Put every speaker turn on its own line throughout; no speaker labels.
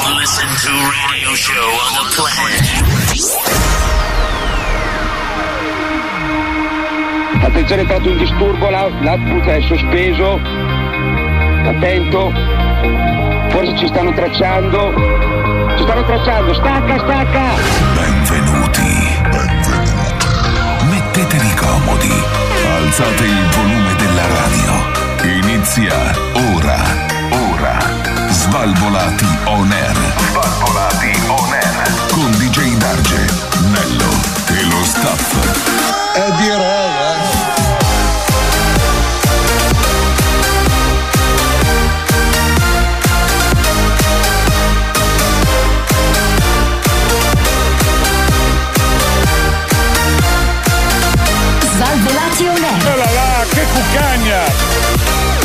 two radio show on the planet.
Attenzione, è entrato un disturbo, l'out- l'output è sospeso. Attento. Forse ci stanno tracciando. Ci stanno tracciando. Stacca, stacca!
Benvenuti. Mettetevi comodi. Alzate il volume della radio. Inizia ora. Ora. Svalvolati on air. Svalvolati on air. Con DJ Darge, Nello e lo staff.
E direi,
Svalvolati on air.
Oh là là, che cuccagna!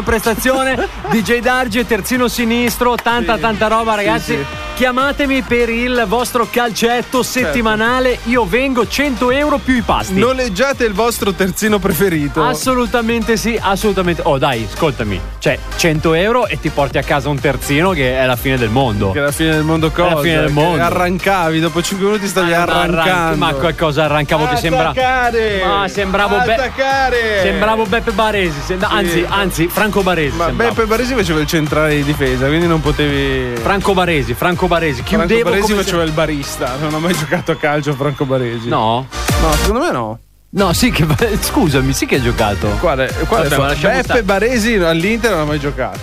prestazione. DJ Darge, terzino sinistro, tanta,
Sì,
tanta roba,
sì,
ragazzi.
sì. Certo.
Chiamatemi per il vostro calcetto settimanale. Io vengo 100 euro più i pasti.
noleggiate il vostro terzino preferito.
Assolutamente sì, assolutamente. Oh, dai, ascoltami. Cioè, 100 euro e ti porti a casa un terzino che è la fine del mondo.
Che alla fine del mondo cosa?
Alla fine del
Che
mondo. Ah,
Arrancavi, dopo 5 minuti stavi arrancando.
Ma qualcosa arrancavo che sembra.
Attaccare!
Ma sembravo Be-
Attaccare!
Sembravo Beppe Baresi. sem- Anzi, anzi, Franco Baresi.
Ma
sembravo.
Beppe Baresi faceva il centrale di difesa, quindi non potevi.
Franco Baresi, Franco Baresi.
Franco
Chiudevo
Baresi
come se-
faceva il barista. Non ho mai giocato a calcio a Franco Baresi.
No.
No, secondo me no.
No, sì che scusami, sì che ha giocato.
Guarda, guarda
Vabbè, ma lasciamo
Beppe
stare.
Baresi all'Inter non ha mai giocato.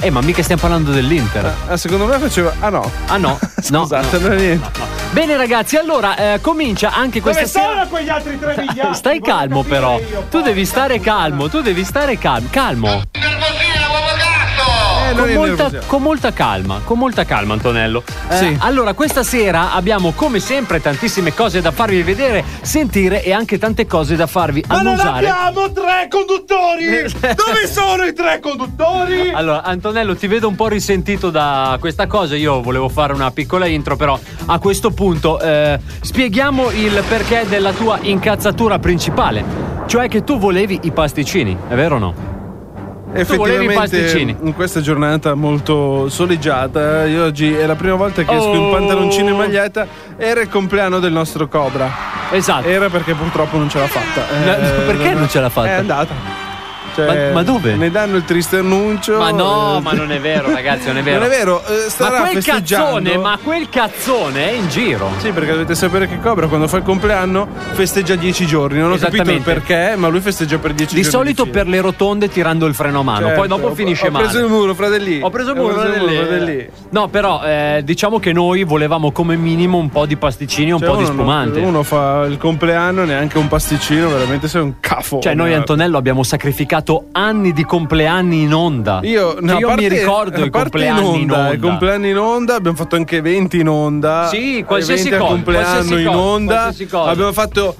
Eh, ma mica stiamo parlando dell'Inter.
Ah, secondo me faceva. Ah no.
Ah no, Eh. no,
Scusate,
no.
non è niente.
Bene ragazzi, allora eh, comincia anche questa sera.
quegli altri tre
Stai calmo però. tu devi stare calmo, tu devi stare calmo, calmo.
Eh, non
Con
è
molta,
nervoso.
con molta calma, con molta calma Antonello. Eh,
Sì.
Allora, questa sera abbiamo come sempre tantissime cose da farvi vedere, sentire e anche tante cose da farvi annusare. Eh.
tre conduttori! Dove sono i tre conduttori?
Allora, Antonello, ti vedo un po' risentito da questa cosa. Io volevo fare una piccola intro, però a questo punto eh, spieghiamo il perché della tua incazzatura principale. Cioè che tu volevi i pasticcini, è vero o no? Tu volevi i
Effettivamente,
pasticcini.
in questa giornata molto soleggiata, io oggi è la prima volta che esco in
Oh.
pantaloncino e maglietta. Era il compleanno del nostro Cobra.
Esatto.
Era perché purtroppo non ce l'ha fatta. Eh,
No, perché non ce l'ha fatta?
È andata. Cioè,
Ma- ma dove?
Ne danno il triste annuncio.
Ma no,
eh.
ma non è vero, ragazzi, non è vero.
Non è vero, eh,
Ma
starà
quel
festeggiando.
cazzone, ma quel cazzone è in giro.
Sì, perché dovete sapere che Cobra quando fa il compleanno festeggia 10 giorni. Non ho capito il
Esattamente.
perché, ma lui festeggia per 10
Di
giorni.
solito
fila.
per le rotonde tirando il freno a mano,
Certo,
poi dopo
ho-
finisce
ho
male.
preso il muro, fratellì.
Ho preso il
Ho
muro,
preso il muro,
fratelli.
fratelli.
No, però eh, diciamo che noi volevamo come minimo un po' di pasticcini e un
Cioè,
po' di
uno non-
spumante.
Uno fa il compleanno, neanche un pasticcino, veramente sei un Eh. cafo.
Cioè, noi,
Ma-
Antonello, abbiamo sacrificato anni di compleanni in onda.
Io,
Cioè,
no, a
io
parte-
mi ricordo
a
i
parte
compleanni in onda.
I compleanni in onda, abbiamo fatto anche eventi in onda.
Sì, qualsiasi
eventi al
cosa,
compleanno
qualsiasi
in
cosa,
onda.
qualsiasi cosa.
Abbiamo fatto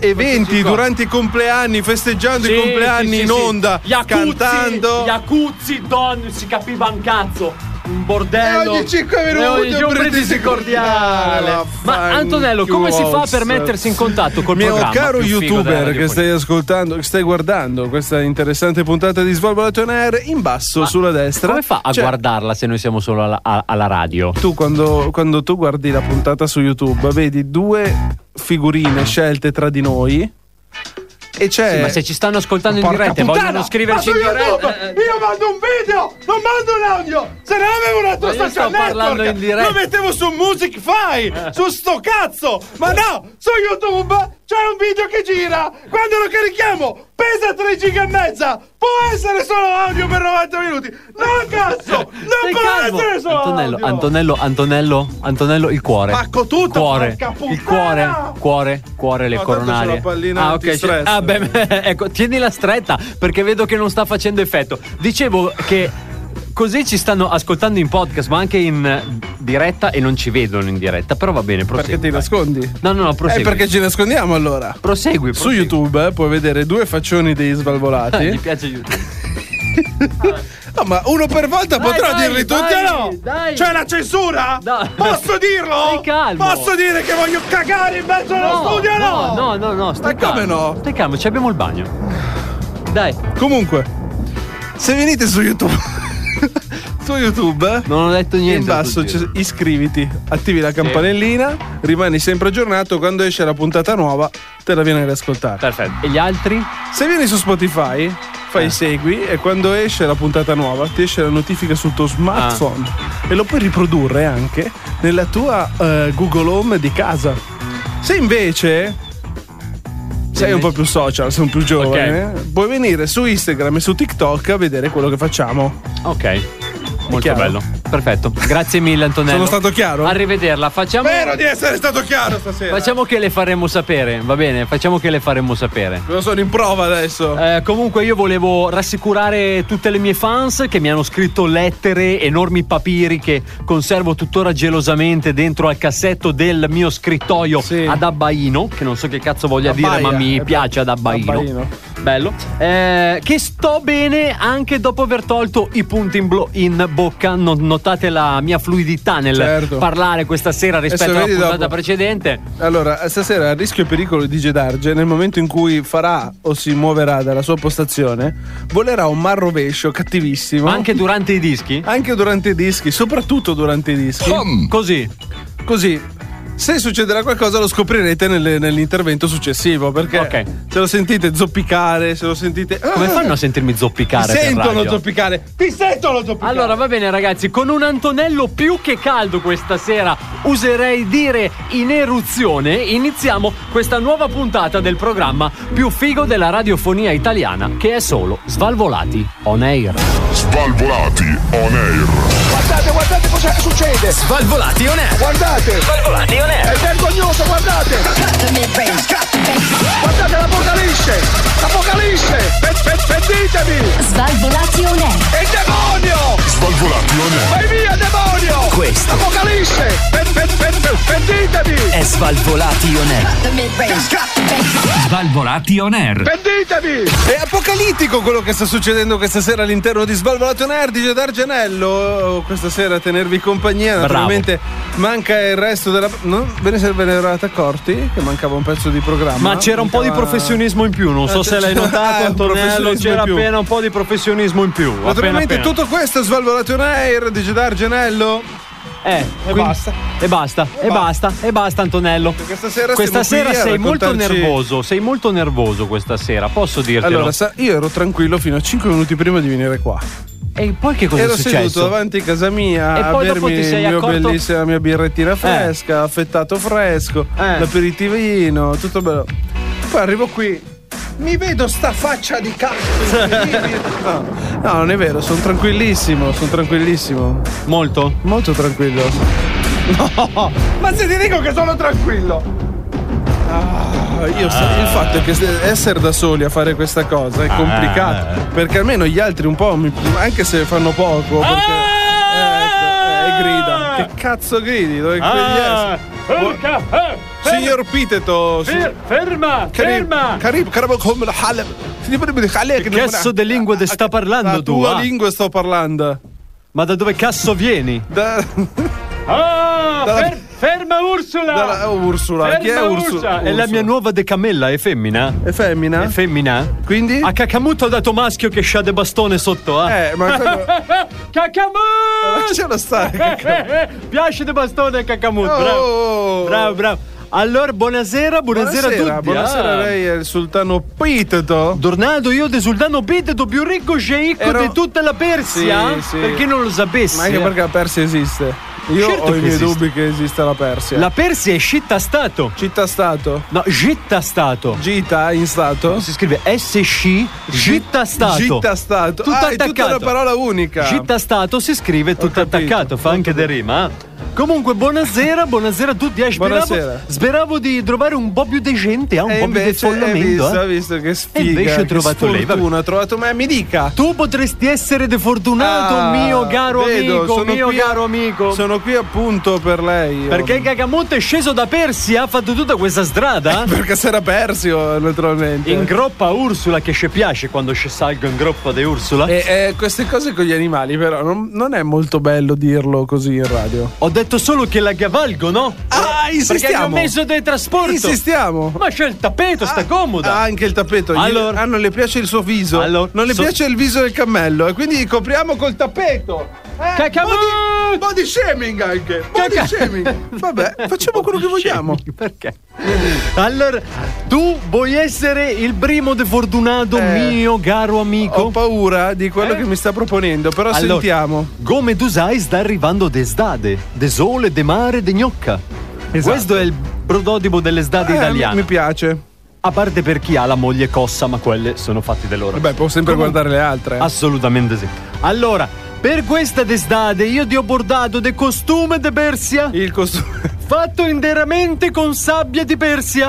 eventi
Qualsiasi cosa.
durante i compleanni, festeggiando
Sì,
i compleanni
sì,
in
sì, sì.
onda,
Iacuzzi,
cantando.
Iacuzzi, Don, si capiva un cazzo. un bordello.
E ogni cinque minuti
E ogni
un
giorno
brindisi
brindisi cordiale.
cordiale.
Ma Antonello, come si fa per mettersi in contatto col
Mio
programma
caro
più figo della
youtuber
radiofonia?
che stai ascoltando, che stai guardando questa interessante puntata di Svalvolato on Air, in basso
Ma
sulla destra.
Come fa a
c'è-
guardarla se noi siamo solo alla, a- alla radio?
Tu quando, quando tu guardi la puntata su YouTube, vedi due figurine scelte tra di noi e c'è
Ma se ci stanno ascoltando in
Porca
diretta e
puttana!
vogliono scriverci in
Ma su
diretta. eh,
YouTube io mando un video, non mando un audio. Se non avevo una tua
Ma io
social
sto parlando
network,
in diretta. Eh.
lo mettevo su Music Fai, su sto cazzo. Ma no, su YouTube c'è un video che gira. Quando lo carichiamo pesa 3 giga e mezza. Può essere solo audio per 90 minuti. No, cazzo, non
Stai
può
calmo.
essere solo
Antonello,
audio.
Antonello, Antonello, Antonello, il cuore.
Pacco tutto,
cuore.
porca puttana!
Il cuore, cuore, cuore, le
No, tanto
coronarie.
c'è la pallina
ah, ok.
antistress.
c'è- Ah, beh, ecco, tienila stretta perché vedo che non sta facendo effetto. Dicevo che così ci stanno ascoltando in podcast, ma anche in eh, diretta e non ci vedono in diretta, però va bene, prosegui.
perché ti
vai.
nascondi?
No, no, no,
Eh,
prosegui.
perché ci nascondiamo allora?
prosegui,
Su
prosegui.
YouTube eh, puoi vedere due faccioni dei
Ah, gli
svalvolati.
piace YouTube.
No, ma uno per volta
Dai,
potrà
dai,
dirli tutti
dai,
o no?
Dai.
C'è la censura?
No.
Posso dirlo?
Stai calmo.
Posso dire che voglio cagare in mezzo allo studio? o
no, no, no, no, stai
Ma come
calmo.
no?
Stai calmo, ci abbiamo il bagno. Dai,
Comunque, se venite su YouTube, su YouTube,
non ho detto niente.
in basso
tutto il
c'è- iscriviti, attivi la campanellina, rimani sempre aggiornato. Quando esce la puntata nuova, te la viene ad ascoltare.
Perfetto. E gli altri?
Se vieni su Spotify, fai
Eh.
segui e quando esce la puntata nuova, ti esce la notifica sul tuo smartphone
Ah.
e lo puoi riprodurre anche nella tua eh, Google Home di casa. Se invece. Sei un po' più social, sei un più giovane. Puoi venire su Instagram e su TikTok a vedere quello che facciamo.
Ok. Molto
chiaro?
bello. Perfetto. Grazie mille
Sono
Antonello.
stato chiaro?
Arrivederla. Facciamo
Spero di essere stato chiaro stasera.
Facciamo che le faremo sapere, va bene? Facciamo che le faremo sapere.
Lo sono in prova adesso.
Eh, comunque io volevo rassicurare tutte le mie fans che mi hanno scritto lettere, enormi papiri che conservo tuttora gelosamente dentro al cassetto del mio scrittoio
Sì.
ad Abbaino, che non so che cazzo voglia dire, ma
Abbaia,
mi
eh,
piace ad Abbaino.
Abbaino.
Bello. Eh, che sto bene anche dopo aver tolto i punti in, blo- in bocca. No- notate la mia fluidità nel
Certo.
parlare questa sera rispetto
Adesso
alla
vedi
puntata
dopo.
precedente.
Allora, stasera a rischio e pericolo di Gedarge, nel momento in cui farà o si muoverà dalla sua postazione, volerà un mal rovescio cattivissimo.
Ma anche durante i dischi?
Anche durante i dischi, soprattutto durante i dischi.
Così.
Così, se succederà qualcosa lo scoprirete nelle- nell'intervento successivo, perché
Ok.
se lo sentite zoppicare, se lo sentite...
Come fanno a sentirmi
Mi
zoppicare? per
sentono
radio?
zoppicare.
Ti sento lo zoppo.
Allora va bene ragazzi, con un Antonello più che caldo questa sera, userei dire in eruzione, iniziamo questa nuova puntata del programma più figo della radiofonia italiana, che è solo Svalvolati on Air.
Svalvolati on air.
Guardate, guardate cosa succede!
Svalvolati on air.
Guardate!
Svalvolati on air.
È vergognoso, guardate! Guardate l'apocalisse! L'apocalisse! Pe- pe- Pentitevi!
Svalvolati on air.
È il demonio!
Svalvolati on air.
Vai via, demonio!
Questo.
Apocalisse! Pe- pe- pe- pe- Pentitevi!
È Svalvolati on air. Svalvolati on air.
Pentitevi!
È apocalittico quello che sta succedendo questa sera all'interno di Svalvolato Nerd di D'Argenello. Questa sera a tenervi compagnia.
Bravo.
Naturalmente manca il resto della. Non ve ne ve ne eravate accorti che mancava un pezzo di programma.
Ma c'era un po' di
Mancava-
professionismo in più, non so
Ah,
se
c'è-
l'hai notato
ah,
Antonello,
professionismo
c'era
in più.
appena un po' di professionismo in più. Appena,
Naturalmente
appena.
tutto questo è Svalvolato Air di D'Argenello.
Eh, quindi-
basta.
E basta, e basta, e basta Antonello.
Questa sera,
Questa
siamo
sera
qui a
sei molto
raccontarci-
nervoso, sei molto nervoso questa sera, posso dirtelo?
Allora, sa- io ero tranquillo fino a 5 minuti prima di venire qua.
E poi che cosa
Ero
è
seduto
successo?
davanti a casa mia
E
a
poi dopo
bermi
ti sei
il mio
accorto-
bellissimo- la mia birrettina fresca, affettato fresco,
Eh.
l'aperitivino, tutto bello. Poi arrivo qui, mi vedo sta faccia di cazzo. no, no, non è vero, sono tranquillissimo, sono tranquillissimo,
Molto?
molto tranquillo.
Ma se ti dico che sono tranquillo.
Ah, io sta- Il fatto è che se- essere da soli a fare questa cosa è complicato, perché almeno gli altri un po', mi- anche se fanno poco, perché... eh, ecco, eh, grida. Che cazzo gridi? Dove credi essere?
Urca, eh,
Signor Piteto,
fer- ferma, ferma.
Carib, Carib, come la Haleb. Signor Piteto, Haleb,
Che cazzo di lingue te sta parlando
La
tu,
tua
ah?
lingua sto parlando.
Ma da dove cazzo vieni?
Da-
Ah,
Dalla-
fer- ferma Ursula!
dalla- oh, Ursula, chi è
Ferma
Ursu- Ursula?
Ursula.
È la mia nuova decamella, è femmina?
È femmina?
È Ah, femmina?
Quindi?
A Cacamuto ha dato maschio che sciade bastone sotto, ah.
Eh, ma quello-
Cacamò!
lascialo stare.
Eh, eh, eh, piace di bastone Cacamuto, bravo.
Oh.
Bravo, bravo. Allora, buonasera, buonasera, a
Buonasera,
tutti.
buonasera,
Ah.
lei è il sultano Piteto.
Tornado io di Sultano Beteto più ricco sceicco
Ero-
di tutta la Persia?
Sì, sì.
Perché non lo sapessi?
Ma anche
eh?
perché la Persia esiste. Io
Certo
ho i
che
miei
esiste.
dubbi che esista la Persia.
La Persia è scitta stato.
città-stato.
No, gitta stato.
Gita in stato.
si scrive SC gitta stato.
Città-stato.
Tutto
ah, è tutta
attaccato.
una parola unica.
Gitta stato si scrive tutto
Eh. capito,
attaccato, fa anche da rima. eh. Comunque, buonasera, buonasera a tutti. Eh, speravo,
Buonasera.
speravo di trovare un po' più di gente, eh, un
e
po' più di
invece hai
follamento.
visto,
eh.
hai visto che sfiga.
invece ho trovato
che
lei, vabbè.
sfortuna, ho trovato me. Mi dica.
Tu potresti essere defortunato,
Ah,
mio caro
vedo,
amico,
sono
mio
qui-
caro amico.
Sono qui appunto per lei. io. Eh,
Perché Cacamonte è sceso da Persia, ha fatto tutta questa strada? eh.
Perché si era oh, persio, naturalmente.
In groppa a Ursula, che ci piace quando ci salgo in groppa di Ursula.
E, eh, queste cose con gli animali, però, non, non è molto bello dirlo così in radio.
Ho detto solo che la cavalgo, no?
Ah,
Perché gli ho messo del trasporto.
Insistiamo.
Ma c'è il tappeto, sta comoda.
Ah, anche il tappeto. Gli-
Allora.
ah, non le piace il suo viso.
Allora,
non le
so-
piace il viso del cammello. E quindi copriamo col tappeto. Eh,
Cacamut!
body, body shaming anche. Body
Caca-
shaming. Vabbè, facciamo quello che vogliamo.
Perché? Allora, tu vuoi essere il primo defortunato
Eh,
mio caro amico?
Ho paura di quello
Eh?
che mi sta proponendo, però
Allora,
sentiamo.
Come tu sai, sta arrivando d'estate, de sole, de mare, de gnocca. Questo è il prototipo dell'estate
Esatto. Eh,
italiana.
mi piace.
A parte per chi ha la moglie cossa, ma quelle sono fatte dell'oro.
Vabbè, può sempre
Comunque- Ah,
guardare le altre. eh.
Assolutamente sì. Allora, per questa d'estate io ti ho portato de costume de Persia,
il costume.
fatto interamente con sabbia di Persia.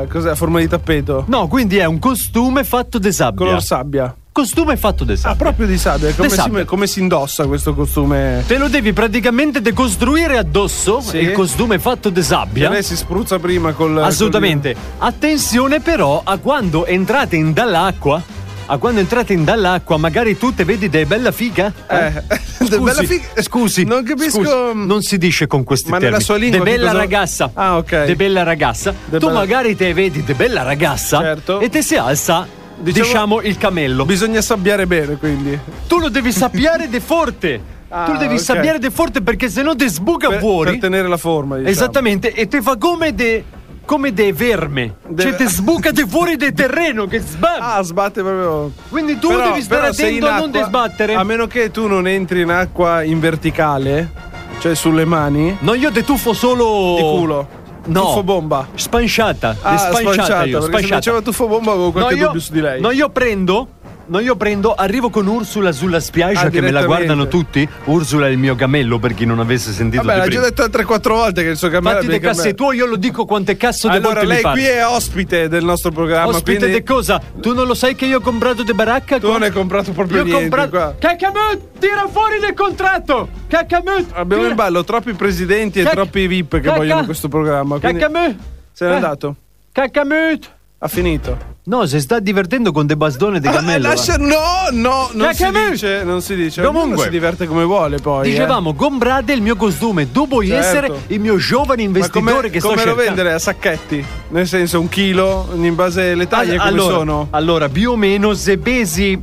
Ah, cos'è? A forma di tappeto?
No, quindi è un costume fatto di sabbia.
Color sabbia.
costume fatto di sabbia.
Ah, proprio di sabbia. Come,
sabbia.
Si, come si indossa questo costume?
Te lo devi praticamente decostruire addosso,
Sì.
il costume fatto di sabbia.
Che Cioè, Lei si spruzza prima col.
Assolutamente. Attenzione però a quando entrate in dall'acqua. A quando entrate in dall'acqua, magari tu te vedi dei bella figa.
Eh,
Scusi,
bella figa-
scusi,
Non capisco-
scusi, non si dice con questi
Ma nella
termini.
sua lingua
De
che
bella
cosa-
ragazza.
Ah, ok.
De bella ragazza.
De
tu
bella-
magari te vedi de bella ragazza
Certo.
e te si alza
Diciamo-
diciamo il camello.
Bisogna sabbiare bene, quindi.
tu lo devi sappiare de forte.
Ah,
tu lo devi
ok.
sappiare de forte perché se no te sbuca
Per,
fuori.
per tenere la forma. diciamo.
Esattamente, e te fa come de. come de verme.
De-
Cioè, te sbucate fuori del terreno che sbam!
Ah, sbatte proprio.
Quindi tu
Però-
devi stare
però se
attento
in
a non
acqua-
te sbattere.
A meno che tu non entri in acqua in verticale, cioè sulle mani,
No, io te tuffo solo.
di culo.
No.
Tuffo bomba.
Spanciata.
Ah,
le spanciata,
spanciata,
io,
perché se
spanciata.
faceva tuffo bomba avevo
No,
qualche
io,
dubbio su di lei.
no, io prendo. No, io prendo, arrivo con Ursula sulla spiaggia
Ah,
che me la
direttamente.
guardano tutti. Ursula è il mio cammello per chi non avesse sentito
Vabbè,
di
l'ha già
prima.
detto altre quattro volte che il suo cammello
Fatti
è
dei
bianco e
cazzi
bello.
tuoi, io lo dico quante cazzo di
Allora,
volte mi
lei
pare.
qui è ospite del nostro programma.
Ospite
quindi
di cosa? Tu non lo sai che io ho comprato de baracca?
Tu non hai comprato proprio
Io ho
niente
comprato.
qua.
Cacamut, tira fuori del contratto! Cacamut!
Abbiamo in ballo troppi presidenti e
Cac-
troppi VIP che
Cacca-
vogliono questo programma. Quindi
Cacamut!
se n'è
Eh,
andato.
Cacamut!
Ha finito.
No, si sta divertendo con De Bastone De
Eh,
Cammello. va.
lascia- no, no, non si,
Cacca-
dice, non si dice. Ognuno
Comunque.
si diverte come vuole poi. eh.
Dicevamo, comprate il mio costume, tu puoi
Certo.
essere il mio giovane
Ma
investitore
come,
che sto
come lo
cercando.
vendere a sacchetti? Nel senso, un chilo in base alle taglie come
allora, ah.
sono?
allora, più o meno se pesi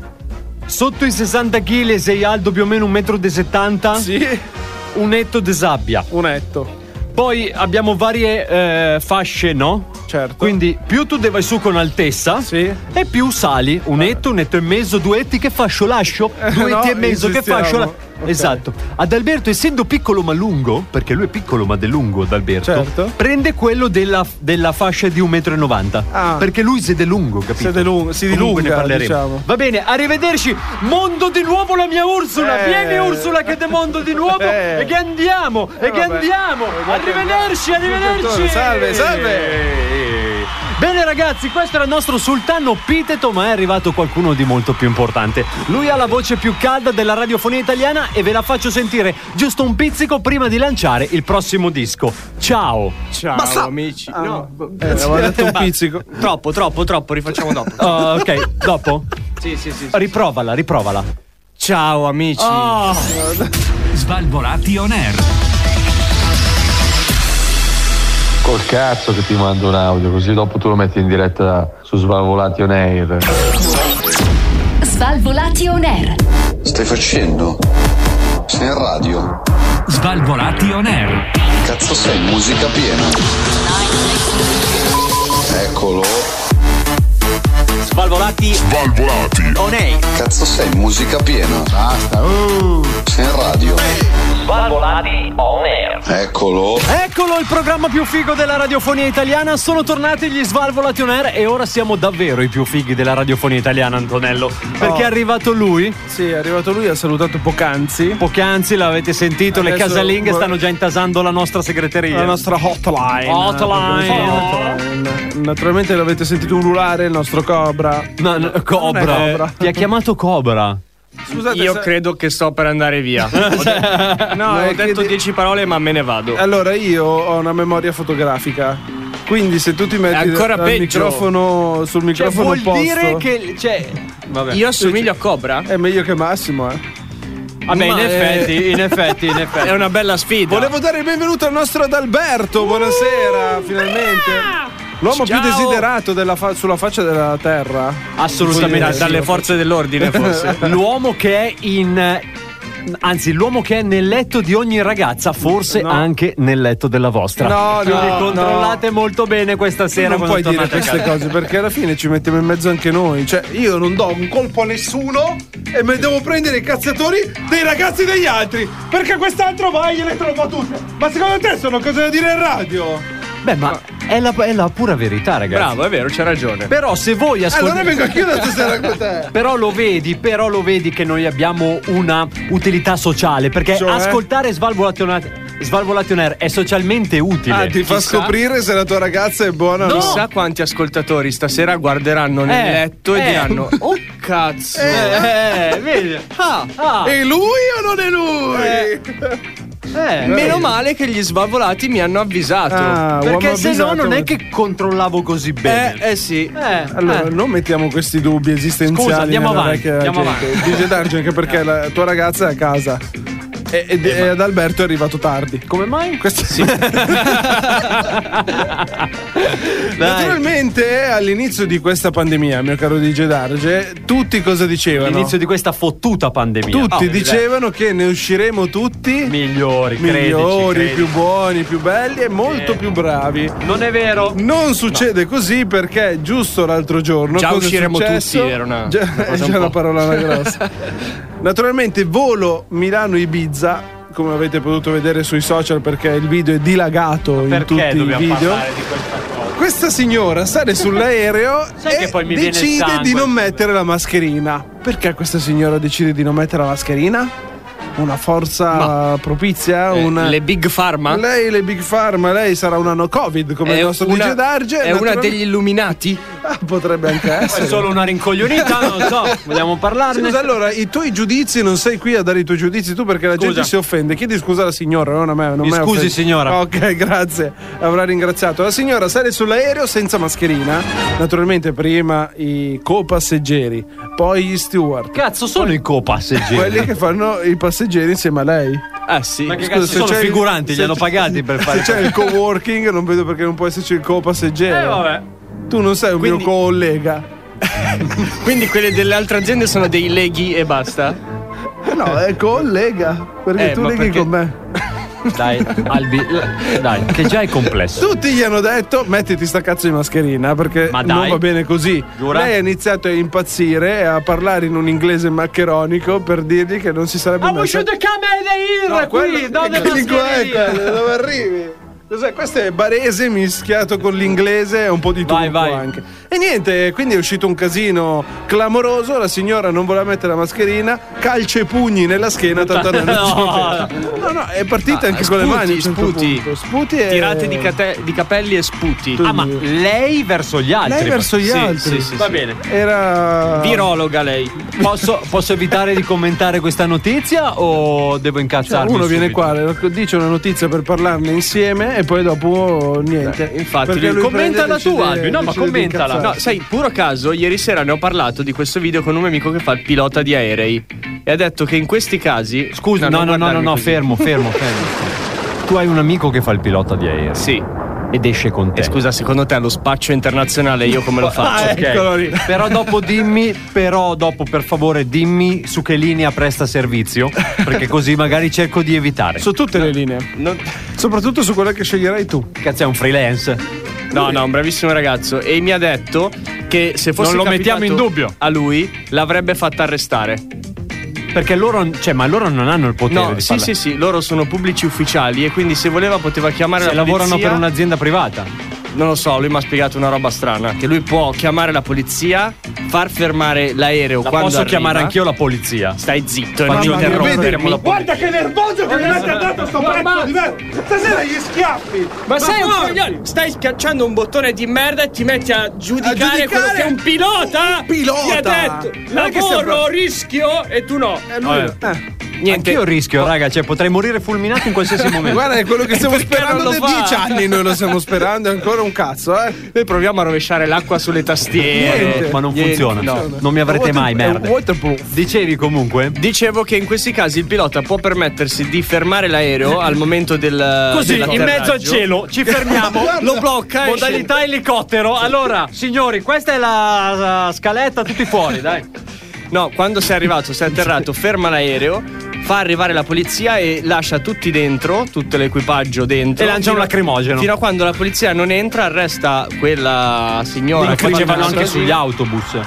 sotto i 60 kg sei alto più o meno 1,70 m,
Sì,
un netto di sabbia.
un etto,
Poi abbiamo varie eh, fasce, no?
certo.
Quindi più tu vai su con altezza
Sì.
e più sali, un etto, un etto e mezzo, due etti che fascio lascio,
Eh,
due
no,
etti e mezzo che
insistiamo.
fascio lascio.
Ok.
Esatto. Adalberto essendo piccolo ma lungo, perché lui è piccolo ma del lungo Adalberto,
Certo.
prende quelquello della, della fascia di 1,90 m.
Ah.
Perché lui si è delungo, capito?
Si è delungo- si
Comunque
dilunga,
ne parleremo.
diciamo.
Va bene, arrivederci. Mondo di nuovo la mia Ursula.
Eh.
Vieni Ursula che te mondo di nuovo
Eh.
e che andiamo, e che
vabbè.
andiamo.
Eh, vabbè,
Arrivederci, arrivederci.
Salve, salve.
Bene ragazzi, questo era il nostro sultano Piteto, ma è arrivato qualcuno di molto più importante. Lui ha la voce più calda della radiofonia italiana e ve la faccio sentire giusto un pizzico prima di lanciare il prossimo disco. Ciao!
Ciao amici. no, b-
Eh, avevo detto un
Ma-
pizzico.
troppo, troppo, troppo, rifacciamo dopo.
Ah, ok, dopo?
Sì, sì, sì. sì.
Riprovala, riprovala.
Ciao amici.
Oh.
Svalvolati on air.
Col cazzo che ti mando un audio, così dopo tu lo metti in diretta su Svalvolati on air.
Svalvolati on air.
Stai facendo? Sei in radio?
Svalvolati on air.
Cazzo sei, musica piena. Eccolo.
Svalvolati.
Svalvolati.
On air.
Cazzo sei, musica piena. Basta. Sei in radio.
Svalvolati on air.
Eccolo.
Eccolo il programma più figo della radiofonia italiana. Sono tornati gli Svalvolati on air e ora siamo davvero i più fighi della radiofonia italiana, Antonello. Perché
Oh.
è arrivato lui.
Sì, è arrivato lui, ha salutato Pocanzi.
Pocanzi, l'avete sentito, le
Adesso-
casalinghe stanno già eh. intasando la nostra segreteria.
La nostra hotline.
Hotline.
Naturalmente l'avete sentito ululare il nostro Cobra.
No, no, Cobra.
Non è
Ti ha chiamato Cobra.
Scusate,
Io
se-
credo che sto per andare via. Ho de- no,
No,
ho
eh,
detto
credi-
dieci parole, ma me ne vado.
Allora, io ho una memoria fotografica. Quindi, se tu ti metti
ancora
al
peggio.
microfono, sul microfono
Cioè, vuol
opposto,
dire
che. Cioè,
Io assomiglio a Cobra?
È meglio che Massimo, eh.
Vabbè, in
Ma- eh.
effetti, in effetti, in effetti. È una bella sfida.
Volevo dare il benvenuto al nostro Adalberto.
Uh,
Buonasera, finalmente. L'uomo
Ciao.
più desiderato della fa- sulla faccia della terra.
Assolutamente,
Sì,
dalle
sì.
forze dell'ordine forse.
L'uomo che è in. Anzi, l'uomo che è nel letto di ogni ragazza, forse anche nel letto della vostra.
No,
Quindi
no,
controllate molto bene questa sera.
non
quando
puoi dire
tornate a
queste
casa.
cose perché alla fine ci mettiamo in mezzo anche noi. Cioè, io non do un colpo a nessuno e mi devo prendere i cazzatori dei ragazzi degli altri.
Perché quest'altro va e gliele trova tutte. Ma secondo te sono cose da dire in radio?
Beh, ma è la, è la pura verità, ragazzi.
Bravo, è vero, c'è ragione.
Però se voi
Eh,
ascoltate.
Allora vengo anch'io la stasera con te.
Però lo vedi, però lo vedi che noi abbiamo una utilità sociale. Perché
Cioè?
ascoltare Svalvolation Air, Svalvolation Air è socialmente utile.
Ah, ti fa
Chissà.
scoprire se la tua ragazza è buona o no.
Chissà quanti ascoltatori stasera guarderanno nel
Eh,
letto e
eh.
diranno: Oh cazzo!
Eh, eh,
vedi?
Ah, ah.
E lui o non è lui?
Eh.
Eh,
Meno
vedi.
male che gli svalvolati mi hanno avvisato.
Ah,
Perché
uomo
se no
avvisato.
non è che controllavo così bene.
Eh, eh sì.
Allora, non mettiamo questi dubbi esistenziali.
Ah. Scusa, andiamo
nella
avanti,
vecchia
andiamo
gente.
avanti.
Dice Darge anche perché la tua ragazza è a casa. E,
Eh,
ed- e ad Alberto è arrivato tardi.
Come mai?
Naturalmente, all'inizio di questa pandemia, mio caro DJ Darge, tutti cosa dicevano?
All'inizio di questa fottuta pandemia.
Tutti
Oh,
dicevano che ne usciremo tutti
migliori, credici,
migliori,
credici. Eh.
più buoni, più belli e molto più bravi.
Non è vero.
Non succede così perché giusto l'altro giorno
Già
cosa è
usciremo
successo?
tutti, era una-
già,
una cosa
già
un
una
po'.
parola grossa. Naturalmente volo Milano Ibiza come avete potuto vedere sui social perché il video è dilagato in
Perché
tutti i
dobbiamo
video.
parlare di questa cosa?
Questa signora sale sull'aereo
Sai che
e
poi mi viene il
decide
sangue.
di non mettere la mascherina. Perché questa signora decide di non mettere la mascherina? Una forza propizia?
Eh,
una-
le Big Pharma?
Lei, le Big Pharma, lei sarà una no Covid come
È
il nostro
una-
DJ Darge.
è una
naturalmente-
degli illuminati?
Ah, potrebbe anche
Poi
essere.
È solo una rincoglionita, non so. Vogliamo parlarne?
Scusa, allora, i tuoi giudizi non sei qui a dare i tuoi giudizi tu perché la gente si offende. Chiedi scusa alla signora, non a me. Non
Mi
me
scusi,
offende.
signora.
Ok, grazie. Avrà ringraziato. La signora sale sull'aereo senza mascherina. Naturalmente, prima i co-passeggeri, poi gli steward.
Cazzo, sono i co-passeggeri.
Quelli che fanno i passeggeri insieme a lei.
Ah sì.
Ma che
Scusa,
cazzo
se
sono
c'è il-
figuranti,
se-
li hanno pagati per
Se
fare.
c'è il co-working, non vedo perché non può esserci il co-passeggero.
Eh, vabbè.
Tu non sei un
Quindi-
mio collega.
Quindi quelle delle altre aziende sono dei leghi e basta.
No, è collega. Perché
Eh,
tu
ma
leghi
perché-
con me.
Dai, Albi, dai, che già è complesso.
Tutti gli hanno detto mettiti sta cazzo di mascherina perché
Ma dai.
non va bene così.
Giura?
Lei ha iniziato a impazzire e a parlare in un inglese maccheronico per dirgli che non si
Ah,
sarebbe messa
camera
No, quello- quelli qua è quello, dove arrivi? Cos'è? Questo è barese mischiato con l'inglese e un po' di tutto
Vai, vai.
anche. E niente, quindi è uscito un casino clamoroso, la signora non voleva mettere la mascherina, calce e pugni nella schiena, tanto non
No. Ah,
no, no, è partita anche con le
Sputi,
mani. a un certo
sputi.
punto. Sputi e...
Tirate di, cate- di capelli e sputi.
Ah, ma lei verso gli altri.
Lei verso gli
Sì, sì,
altri.
sì,
Va
sì.
bene.
Era.
Virologa lei.
Posso, posso evitare di commentare questa notizia o devo
Cioè,
incazzarmi?
uno viene
subito?
qua, le- dice una notizia per parlarne insieme e poi dopo niente.
Infatti,
Perché
lui-
lui
commentala
prende e
tu,
decide-
Albi. No, ma
decide di
commentala.
incazzarsi.
No, sai, puro caso, ieri sera ne ho parlato di questo video con un mio amico che fa il pilota di aerei.
e ha detto che in questi casi. Scusa,
no,
non
no, no, no,
guardarmi
no,
così.
fermo, fermo, fermo. Tu hai un amico che fa il pilota di aereo.
Sì.
Ed esce con te.
E scusa, secondo te lo spaccio internazionale io
Ah,
come lo faccio?
Ok. Però dopo dimmi, però dopo per favore dimmi su che linea presta servizio, perché così magari cerco di evitare.
Su tutte le linee. Soprattutto su quella che sceglierai tu.
Cazzo, è un freelance.
No, no, un bravissimo ragazzo. E mi ha detto che se fosse
Non lo
capitato
mettiamo in dubbio.
a lui, l'avrebbe fatta arrestare.
Perché loro, cioè, ma loro non hanno il potere
No,
di
sì,
farla.
sì, sì, loro sono pubblici ufficiali e quindi se voleva poteva chiamare
Se
la polizia.
lavorano per un'azienda privata.
Non lo so, lui mi ha spiegato una roba strana. Che lui può chiamare la polizia, far fermare l'aereo
La
quando
posso
arriva.
chiamare anch'io la polizia.
Stai zitto, non
Fammi
interrompermi.
interrompermi.
Guarda che nervoso che mi ha dato sto pezzo di merda! Stasera gli schiaffi!
Ma sei un
porca-
coglione! Stai schiacciando un bottone di merda e ti metti a giudicare,
A giudicare
quello che è un pilota!
un pilota!
Ti ha detto
Non è che
lavoro,
sembra-
rischio e tu no.
Eh,
Eh,
Vabbè.
Niente.
Anch'io rischio, raga, cioè potrei morire fulminato in qualsiasi momento.
Guarda, è quello che stiamo
Perché
sperando
non lo
da
fa?
dieci anni. Noi lo stiamo sperando, è ancora un cazzo, eh.
Noi proviamo a rovesciare l'acqua sulle tastiere.
Eh, ma non
Niente,
funziona.
no.
Non mi avrete mai,
È un
merda.
waterproof.
Dicevi comunque?
Dicevo che in questi casi il pilota può permettersi di fermare l'aereo al momento del.
Così, in
dell'atterraggio.
mezzo al cielo, ci fermiamo, lo blocca. Modalità elicottero. Allora, signori, questa è la la scaletta, tutti fuori, dai.
No, quando sei arrivato, sei atterrato, ferma l'aereo, fa arrivare la polizia e lascia tutti dentro, tutto l'equipaggio dentro.
E lancia un
Fino-
lacrimogeno.
Fino a quando la polizia non entra, arresta quella signora.
Lo
che
facevano
faceva
anche
così.
sugli autobus.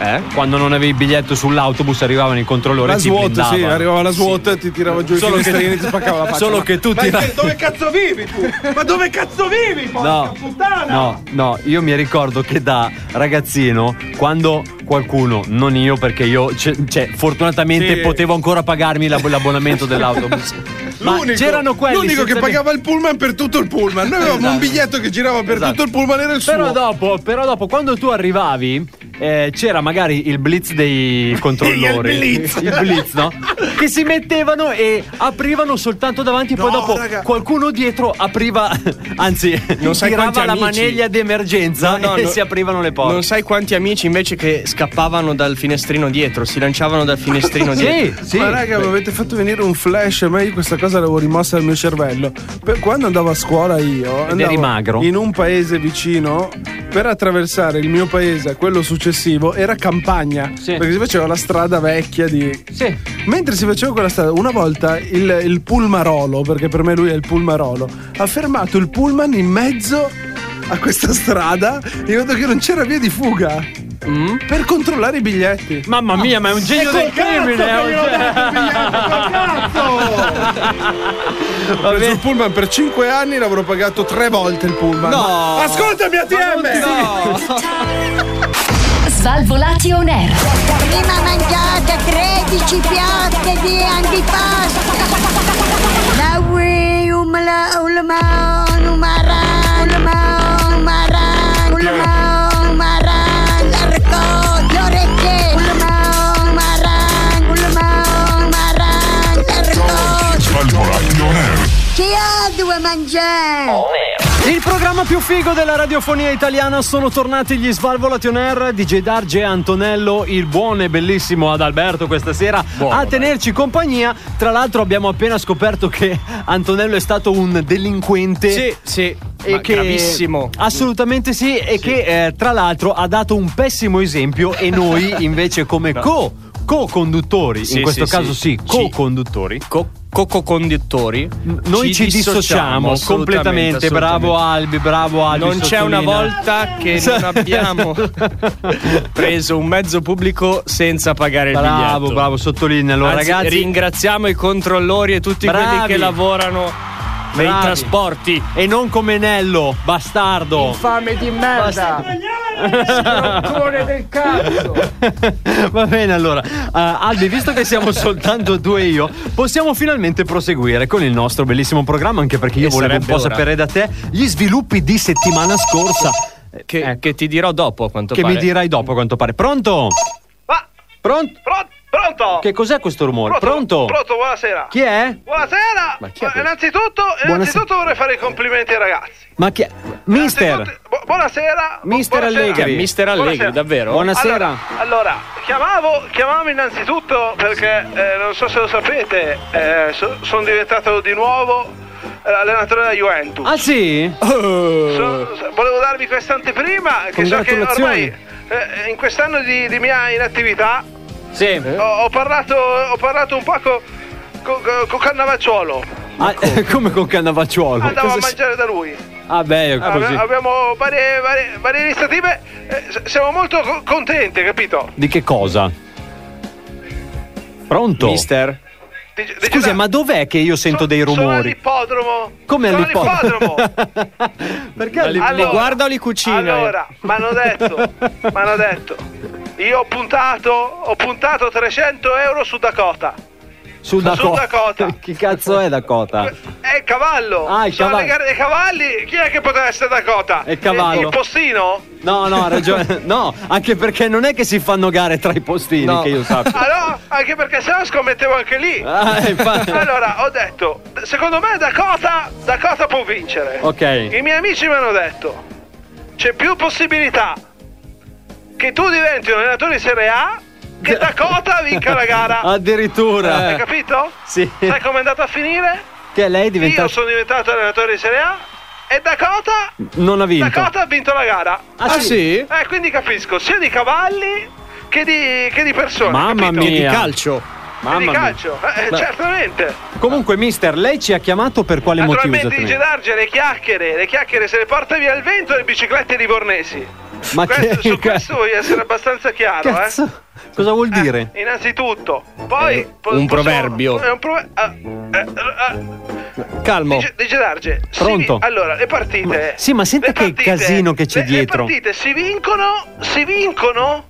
Eh?
Quando non avevi il biglietto sull'autobus arrivavano i controllori e
La
ti
SWAT, sì,
blindavano.
arrivava la SWAT, ti tirava giù i
Solo che-
finestrini e ti spaccava la faccia.
Solo
Ma-
che tu
Ma
ti...
che- dove cazzo vivi tu? Ma dove cazzo vivi, porca
No,
puttana?
no, no, io mi ricordo che da ragazzino, quando qualcuno, non io perché io, cioè, cioè, fortunatamente
Sì.
potevo ancora pagarmi la- l'abbonamento dell'autobus. Ma
L'unico-
c'erano quelli
L'unico che
senza-
pagava il pullman per tutto il pullman. Noi avevamo un
Esatto.
biglietto che girava per
Esatto.
tutto il pullman, era il suo.
Però dopo, però dopo, quando tu arrivavi, eh, c'era magari il blitz dei controllori.
Il blitz.
Il blitz, no? Che si mettevano e aprivano soltanto davanti, poi
No,
dopo
raga.
qualcuno dietro apriva, anzi,
Non sai
tirava
quanti
la
amici.
maniglia d'emergenza
No, no,
e
no.
si aprivano le porte.
Non sai quanti amici invece che scappavano dal finestrino dietro, si lanciavano dal finestrino
Sì,
dietro.
sì.
Ma raga, mi avete fatto venire un flash, ma io questa cosa l'avevo rimossa dal mio cervello. Per- quando andavo a scuola io
eri
andavo
magro.
in un paese vicino per attraversare il mio paese a quello successivo era campagna,
Sì.
perché si faceva la strada vecchia di
Sì.
Mentre si faceva quella strada, una volta il, il pulmarolo, perché per me lui è il pulmarolo, ha fermato il pullman in mezzo a questa strada e vedo che non c'era via di fuga
Mm?
per controllare i biglietti.
Mamma mia, ma è un genio del crimine! è un
Ho
genio. Va
preso il
bene.
pullman per 5 anni e l'avrò pagato 3 volte il pullman.
No.
Ascoltami ATM!
Svalvolati on air.
Prima mangiate 13 piatte di antipasta. La ui, umla, ulma, umara, ulma, umara, ulma, umara, l'arco, le orecchie, ulma, umara, ulma, umara, l'arco.
Svalvolati on air.
Chi ha due mangiare?
Il programma più figo della radiofonia italiana sono tornati gli Svalvolati on Air DJ Darge e Antonello, il buon e bellissimo Adalberto questa sera a tenerci compagnia. Tra l'altro abbiamo appena scoperto che Antonello è stato un delinquente.
Sì, sì.
E
ma
che-
gravissimo.
Assolutamente sì, e che eh, tra l'altro ha dato un pessimo esempio e noi invece come co- co-conduttori,
Sì,
in questo
sì,
caso
sì.
sì, co-conduttori.
Co- Cococonduttori.
Noi ci, dissociamo, completamente,
assolutamente.
bravo Albi, bravo Albi.
Non c'è una
Sottolina.
volta che non abbiamo preso un mezzo pubblico senza pagare il biglietto.
Bravo, bravo, sottolinea. Allora,
Anzi,
ragazzi,
ringraziamo i controllori e tutti quelli
Bravi.
che lavorano nei
Bravi.
trasporti.
e non come Nello, bastardo.
Fame di merda! Stronzone del cazzo!
Va bene, allora, eh, Albi, visto che siamo soltanto due io, possiamo finalmente proseguire con il nostro bellissimo programma. Anche perché io
E
volevo un
sarebbe
po'
ora.
sapere da te gli sviluppi di settimana scorsa. eh,
Che,
eh,
che ti dirò dopo a quanto
che
pare.
mi dirai dopo, a quanto pare. Pronto? Pronto?
pronto?
Che cos'è questo rumore? Pronto?
Pronto, buonasera.
Chi è?
Buonasera!
Ma chi è
Eh,
questo?
innanzitutto,
Buonasera.
innanzitutto vorrei fare i complimenti ai ragazzi.
Ma chi è? Mister!
Bu- buonasera! bu-
Mister
buonasera.
Allegri.
Cioè, Mister Allegri,
Buonasera.
davvero?
Buonasera.
Allora, allora, Chiamavo, chiamavo innanzitutto perché eh, non so se lo sapete, eh, so- sono diventato di nuovo eh, allenatore della Juventus.
Ah sì?
So- so- volevo darvi questa anteprima che so che ormai
Ah. Congratulazioni.
eh, in quest'anno di, di mia inattività
Sì.
ho, ho parlato, ho parlato un po' co- co- co- con Cannavacciuolo.
Ah, come con Cannavacciuolo?
Andavo a
Cosa si-
mangiare da lui.
Ah beh, è
Abbi-
così.
Abbiamo varie, varie- varie iniziative, eh, s- siamo molto co- contenti, capito?
Di che cosa? Pronto?
Mister?
Scusa, ma dov'è che io sento dei
Sono
rumori?
all'ippodromo.
Come
Sono
all'ippodromo?
Perché
li- Allora-
li guarda o li cucina?
Allora, mi hanno detto, mi hanno detto, io ho puntato, ho puntato 300 euro su Dakota.
Su Dakota.
Dakota.
Chi cazzo è Dakota?
È il cavallo.
Ah, il
Sono
cavallo.
le gare dei cavalli. Chi è che poteva essere Dakota?
È il cavallo.
Il, il postino?
No, no, ha ragione. No, anche perché non è che si fanno gare tra i postini,
No.
che io sappia.
Ah no, anche perché sennò scommettevo anche lì.
Ah, infatti.
Allora, ho detto, secondo me Dakota, Dakota può vincere.
Ok.
I miei amici mi hanno detto, c'è più possibilità che tu diventi un allenatore di Serie A che Dakota vinca la gara.
Addirittura.
Hai capito?
Eh. Sì.
Sai com'è andata a finire?
Che lei è diventata.
Io sono diventato allenatore di Serie A e Dakota,
Non ha vinto.
Dakota ha vinto la gara.
Ah, sì?
Eh, quindi capisco, sia di cavalli che di, che di persone.
Mamma
capito?
mia.
Che
Mamma
di
mia.
calcio, eh,
Beh.
certamente.
Comunque, mister, lei ci ha chiamato per quale motivo
Naturalmente di
esattamente?
Gedarge le chiacchiere, le chiacchiere se le porta via il vento le biciclette di Bornesi.
Ma
questo,
che-
su questo voglio essere abbastanza chiaro,
Cazzo, cosa vuol dire?
eh. Innanzitutto, poi po-
Eh, un
possiamo-
proverbio.
È un ah, eh, proverbio. ah,
Calmo.
Di Gedarge, si
Boh. Pronto.
vi- allora, le partite.
Sì, ma senta
le
che
partite-
casino che c'è
le-
dietro.
Le partite si vincono, si vincono.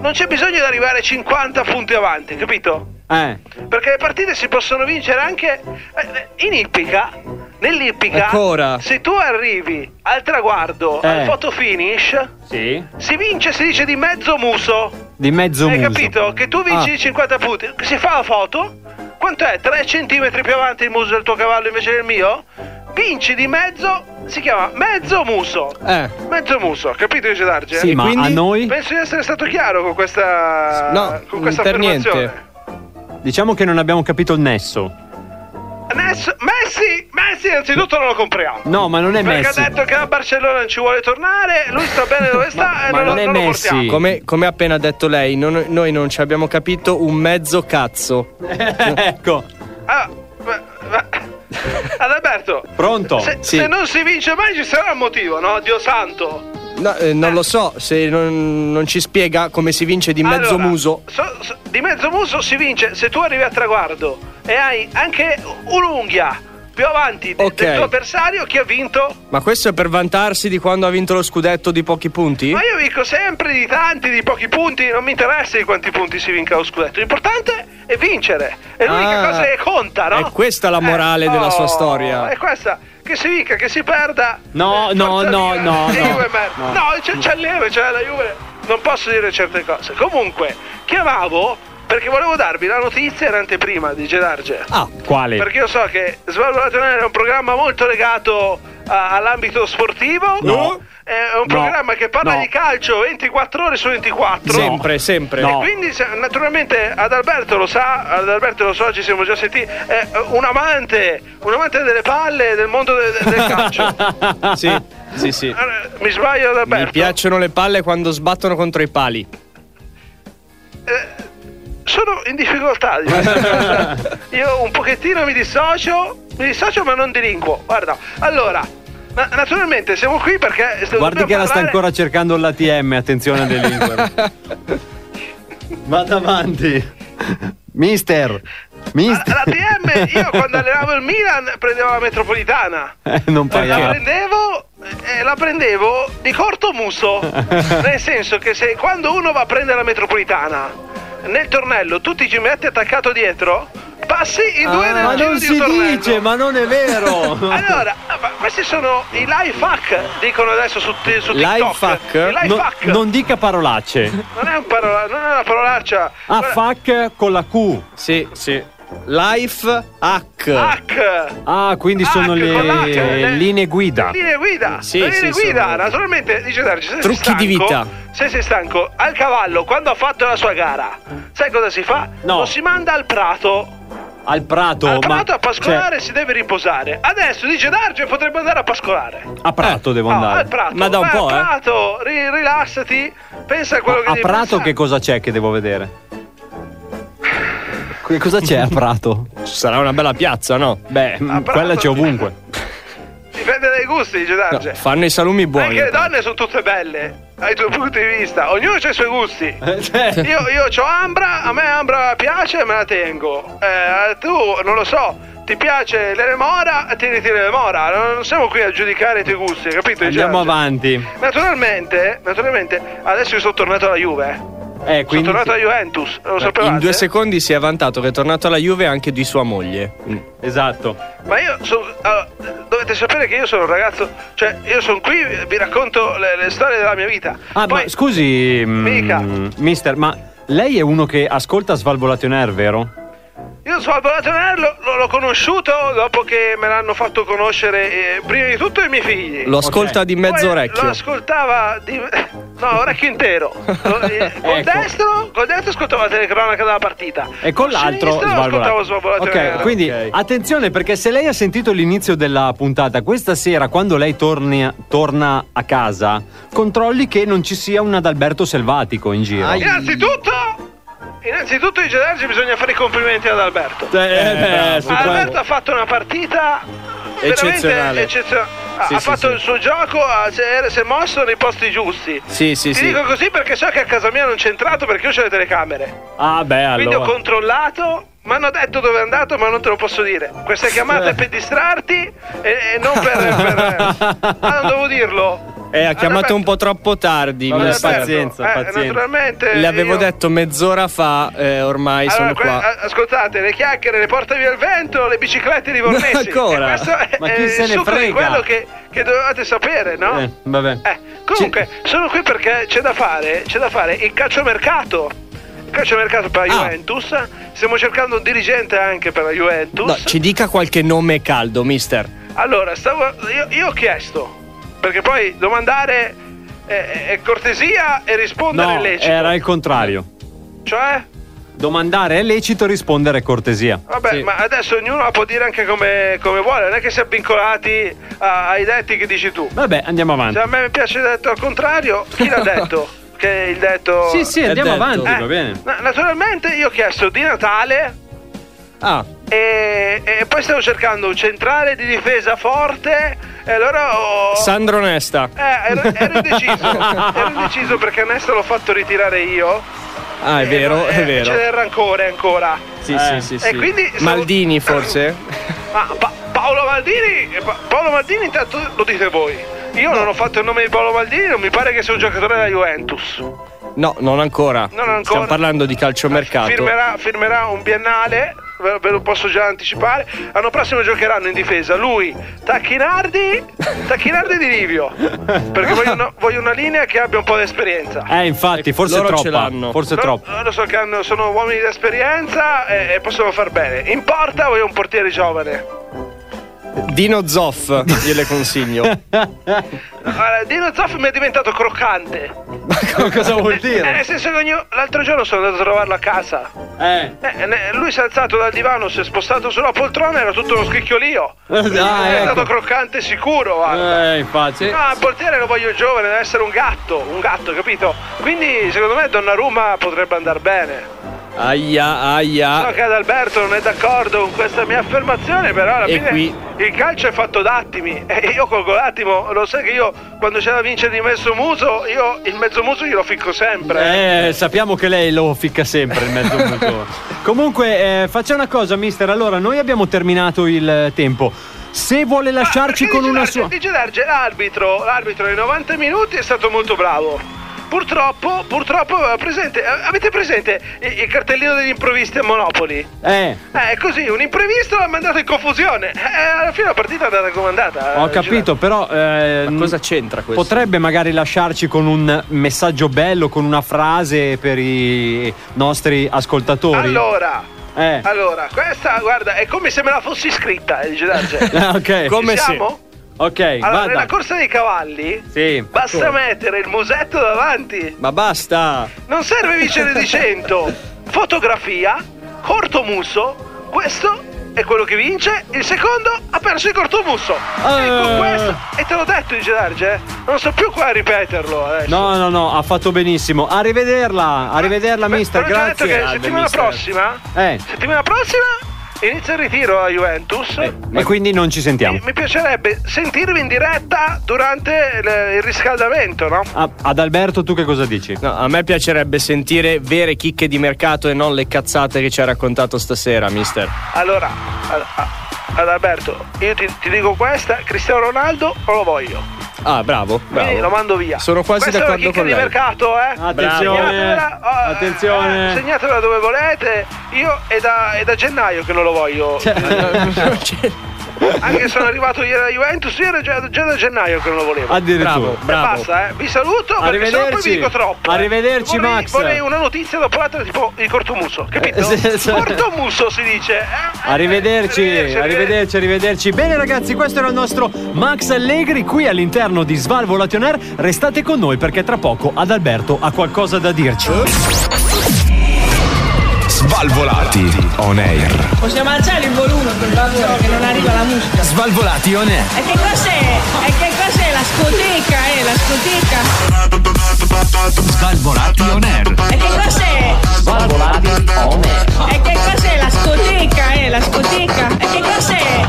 Non c'è bisogno di arrivare 50 punti avanti, capito?
Eh.
Perché le partite si possono vincere anche eh, in ippica. Nell'ippica,
Ancora.
se tu arrivi al traguardo,
Eh.
al photo finish,
Sì.
si vince, si dice di mezzo muso.
Di mezzo
Hai
muso.
capito? Che tu vinci
Ah.
di 50 punti. Si fa la foto. Quanto è? 3 centimetri più avanti il muso del tuo cavallo invece del mio? Vinci di mezzo, si chiama mezzo muso.
Eh.
Mezzo muso, capito Dice Darge?
Sì, ma a noi?
Penso di essere stato chiaro con questa,
No,
con questa
per
affermazione.
niente.
Diciamo che non abbiamo capito il nesso.
Ness- Messi, Messi innanzitutto non lo compriamo.
No, ma non è
Perché
Messi.
ha detto che a Barcellona non ci vuole tornare, lui sta bene dove sta e
ma
eh, non,
non è
lo, non lo
Messi.
portiamo.
Come, come appena detto lei, non- noi non ci abbiamo capito un mezzo cazzo.
ecco.
Ah, ma- ma- Adalberto,
Pronto?
se,
Sì.
se non si vince mai ci sarà un motivo, no? Dio santo.
No, eh, non lo so, se non, non ci spiega come si vince di mezzo
Allora,
muso.
so- so- di mezzo muso si vince se tu arrivi a traguardo e hai anche un'unghia più avanti de-
Ok.
del tuo avversario chi ha vinto.
Ma questo è per vantarsi di quando ha vinto lo scudetto di pochi punti?
Ma io vinco sempre di tanti, di pochi punti, non mi interessa di quanti punti si vinca lo scudetto. L'importante è vincere. È l'unica
Ah,
cosa che conta, no? Eh, oh,
è questa la morale della sua storia.
È questa. Che si vinca, che si perda.
No,
eh,
no,
forza
no,
Milan,
no,
e
no,
Juve merda.
no.
No, c'è, c'è il Leve, c'è la Juve. Non posso dire certe cose. Comunque, chiamavo perché volevo darvi la notizia in anteprima di Gedarge.
Ah, quale?
Perché io so che Svalvolato è un programma molto legato a- all'ambito sportivo.
No.
È un
No.
programma che parla
No.
di calcio 24 ore su 24.
Sempre, sempre.
No.
E quindi se- naturalmente Adalberto lo sa, Adalberto lo so, ci siamo già sentiti, è un amante, un amante delle palle e del mondo de- de- del calcio.
Sì, sì, sì.
Allora, Mi sbaglio Adalberto?
Mi piacciono le palle quando sbattono contro i pali.
Sono in difficoltà. di questa cosa. Io un pochettino mi dissocio, mi dissocio ma non delinquo. Guarda, allora, na- naturalmente siamo qui perché...
Guardi
dobbiamo
che la sta
parlare-
ancora cercando l'ATM, attenzione a delinquere. Vada avanti. Mister. Mister.
La TM, io quando allenavo il Milan prendevo la metropolitana.
Eh, non
La
pagava.
prendevo, eh, la prendevo di corto muso. nel senso che se quando uno va a prendere la metropolitana, nel tornello tu ti ci metti attaccato dietro, passi i due
Ah,
nel
ma
giro
non
di
si
un tornello. Ah,
dice, ma non è vero.
Allora, ma questi sono i life hack, dicono adesso su, t- su TikTok.
Life hack?
I life
No-
hack.
non dica parolacce.
Non è un parola- non è una parolaccia.
Ah,
Guarda,
fuck con la Q.
Sì, sì.
Life Hack.
Hack.
Ah, quindi
Hack,
sono le,
con eh. l'H, le-
linee guida.
Linee guida.
Sì,
Le linee
sì,
guida,
sono-
naturalmente, dice Darci, se
Trucchi
sei stanco,
di vita.
Se sei stanco, al cavallo, quando ha fatto la sua gara, sai cosa si fa?
No.
Lo si manda al prato.
Al prato.
al
ma-
prato a pascolare
cioè,
si deve riposare. Adesso dice Darge potrebbe andare a pascolare.
a prato devo
Eh. No,
andare.
al prato.
Ma da un
Vai
po',
al
eh.
prato, ri- rilassati, pensa a quello che
a
devi
prato
pensare.
che cosa c'è che devo vedere? Che cosa c'è a prato?
Ci sarà una bella piazza, no?
Beh, mm,
A Prato-
quella c'è ovunque.
Dipende dai gusti, dice Darge.
No, fanno i salumi buoni.
Anche le donne sono tutte belle. Ai tuoi punti di vista, ognuno ha i suoi gusti.
Cioè,
Io, io ho Ambra, a me Ambra piace e me la tengo. Eh, tu non lo so, ti piace l'eremora, tieniti l'eremora. Non, non siamo qui a giudicare i tuoi gusti, capito?
Andiamo
Gerge?
avanti. Eh,
Naturalmente, naturalmente, adesso io sono tornato alla Juve.
Eh,
Sono
quindi
tornato alla Juventus, lo sapevate?
In due secondi si è vantato che è tornato alla Juve anche di sua moglie.
Esatto.
Ma io sono. allora, dovete sapere che io sono un ragazzo. Cioè, io sono qui, vi racconto le, le storie della mia vita.
Ah,
Poi-
ma scusi, mm,
Mica.
mister, ma lei è uno che ascolta Svalvolation Air, vero?
Io sono Palatonello, l'ho, l'ho conosciuto dopo che me l'hanno fatto conoscere eh, prima di tutto i miei figli.
Lo ascolta di mezzo
Poi
orecchio.
Lo ascoltava di... No, orecchio intero. Lo- eh, col,
Ecco.
destro, col destro ascoltavo la telecronaca della partita.
E con l'altro
sinistro ascoltavo
Svalvolation. Ok, quindi attenzione perché se lei ha sentito l'inizio della puntata, questa sera quando lei torni- torna a casa, controlli che non ci sia un Adalberto selvatico in giro.
Innanzitutto... Innanzitutto di Gedargi bisogna fare i complimenti ad Alberto.
Ah,
Eh, beh,
Ah, Alberto ha fatto una partita veramente
Eccezionale.
eccezio- ha-
Sì,
ha
sì,
fatto
sì.
il suo gioco, ha- si è, si è mosso nei posti giusti.
Sì, sì,
Ti
sì.
dico così perché so che a casa mia non c'è entrato perché io ho le telecamere.
Ah, beh,
Quindi ho
allora.
controllato, mi hanno detto dove è andato, ma non te lo posso dire. Questa chiamata è per distrarti e, e non per. per- Ah, non devo dirlo.
Eh, ha chiamato un po' troppo tardi. mi
Vabbè,
sa.
Alberto, eh, naturalmente
Le avevo
io-
detto mezz'ora fa, eh, ormai sono
Allora, que-
qua.
a- ascoltate, le chiacchiere le porta via il vento, le biciclette di Vornesi.
No, ancora?
E questo è,
Ma
è
chi se
il
ne
succo di
frega?
quello che, che dovevate sapere, no?
Eh, vabbè.
Eh, comunque, sono qui perché c'è da fare, c'è da fare il calciomercato. Il calciomercato per la
Ah.
Juventus. Stiamo cercando un dirigente anche per la Juventus.
No, ci dica qualche nome caldo, mister.
Allora, stavo, io, io ho chiesto, perché poi domandare è, è cortesia e rispondere
No,
è lecito.
eh,
era il contrario.
Cioè?
Domandare è lecito, rispondere è cortesia.
Vabbè, ma adesso ognuno la può dire anche come, come vuole, non è che si è vincolati a- ai detti che dici tu.
Vabbè, andiamo avanti.
Se a me piace il detto al contrario, chi l'ha detto? Che il detto.
Sì, sì,
È
andiamo
detto.
avanti,
Eh,
va bene.
na- naturalmente io ho chiesto di Natale
Ah,
Oh. e, e poi stavo cercando un centrale di difesa forte e allora ho.
Sandro Nesta.
eh, ero, ero indeciso, ero indeciso perché Nesta l'ho fatto ritirare io.
Ah, è vero, è
C'è
vero.
del rancore ancora.
Sì, sì,
Eh.
sì,
Eh, cioè, E
sì.
quindi-
Maldini, forse?
Ma Pa- Paolo Maldini, Pa- Paolo Maldini intanto lo dite voi. Io non ho fatto il nome di Paolo Maldini, non mi pare che sia un giocatore della Juventus.
No, non ancora.
Non ancora.
Stiamo parlando di calciomercato.
Firmerà, firmerà un biennale, ve, ve lo posso già anticipare. L'anno prossimo giocheranno in difesa lui, Tacchinardi, Tacchinardi di Livio. Perché voglio una, voglio una linea che abbia un po' di esperienza.
Eh, infatti, forse è
Loro ce
troppa.
l'hanno.
Forse è
Però eh,
troppo.
Lo so che hanno- sono uomini di esperienza e, e possono far bene. In porta voglio un portiere giovane.
Dino Zoff, gliele consiglio.
Allora, Dino Zoff mi è diventato croccante.
Cosa vuol
Eh, nel senso che ogni- l'altro giorno sono andato a trovarlo a casa.
Eh.
Eh, ne- lui si è alzato dal divano, si è spostato sulla poltrona, era tutto uno scricchiolio.
Ah,
è
ecco.
stato croccante sicuro, guarda.
Eh, infatti.
No, il portiere lo voglio giovane, deve essere un gatto, un gatto, capito? Quindi secondo me Donnarumma potrebbe andare bene.
Aia,
So
Ah.
aia.
che Adalberto non è d'accordo con questa mia affermazione, però alla
E
fine
qui-
il calcio è fatto d'attimi. E io colgo l'attimo, lo sai che io quando c'è da vincere di mezzo muso, io il mezzo muso glielo ficco sempre.
Eh, sappiamo che lei lo ficca sempre il mezzo punto. Comunque, eh, faccia una cosa, mister. Allora, noi abbiamo terminato il eh, tempo. Se vuole lasciarci
perché
con
dice
una
Darge-
sua.
Dice Darge, l'arbitro, l'arbitro nei 90 minuti è stato molto bravo. Purtroppo, purtroppo, aveva presente, eh, avete presente il, il cartellino degli improvvisti a Monopoli?
Eh,
Eh, così, un imprevisto l'ha mandato in confusione. Eh, alla fine la partita è andata come è andata.
ho
eh,
capito, però. eh,
Ma cosa c'entra questo?
Potrebbe magari lasciarci con un messaggio bello, con una frase per i nostri ascoltatori.
Allora, Eh. Allora, questa, guarda, è come se me la fossi scritta, eh, dice Darge.
Ah, ok.
Come siamo?
Sì. Ok,
Allora,
vada.
nella corsa dei cavalli,
Sì.
basta mettere il musetto davanti.
Ma basta.
Non serve vincere di 100. Fotografia, corto musso, questo è quello che vince, il secondo ha perso il corto
Eh.
musso. E con questo, e te l'ho detto dice Darge, eh, non so più qua a ripeterlo adesso.
No, no, no, ha fatto benissimo. Arrivederla, arrivederla,
Beh,
mister.
però già
Grazie.
detto che
Salve,
settimana
mister.
prossima,
Eh.
settimana prossima inizia il ritiro a Juventus.
E quindi non ci sentiamo.
Mi piacerebbe sentirvi in diretta durante il- il riscaldamento, no?
A- Ah, Ad Alberto, tu che cosa dici?
No, a me piacerebbe sentire vere chicche di mercato e non le cazzate che ci ha raccontato stasera, mister.
Allora, a- a- ad Alberto, io ti, ti dico questa, Cristiano Ronaldo non lo voglio.
Ah, bravo,
Quindi
bravo.
lo mando via.
Sono quasi
Questa
d'accordo
è una chicca
con lei.
di mercato, eh.
Attenzione,
Segnatevela, eh,
attenzione.
eh, segnatevela dove volete. Io è da, è da gennaio che non lo voglio. Anche se sono arrivato ieri alla Juventus, io era già, già da gennaio che non lo volevo.
Addirittura.
Bravo,
E
bravo.
basta, eh. Vi saluto perché sennò poi
Arrivederci.
vi dico troppo. eh.
Arrivederci,
vorrei,
Max.
Vorrei una notizia dopo l'altra, tipo il cortomuso, capito?
Eh, sì, sì.
cortomuso si dice. eh, eh,
Arrivederci, arrivederci, arrivederci. Bene ragazzi, questo era il nostro Max Allegri qui all'interno di Svalvo Air. Restate con noi perché tra poco Adalberto ha qualcosa da dirci.
Svalvolati on air.
Possiamo alzare il volume per favore che non arriva la musica.
Svalvolati on air.
E che cos'è? E che cos'è la scoteca? Eh, la scoteca.
Svalvolati on air.
E che cos'è?
Svalvolati on air.
E che cos'è la scoteca? Eh, la scoteca. E che cos'è?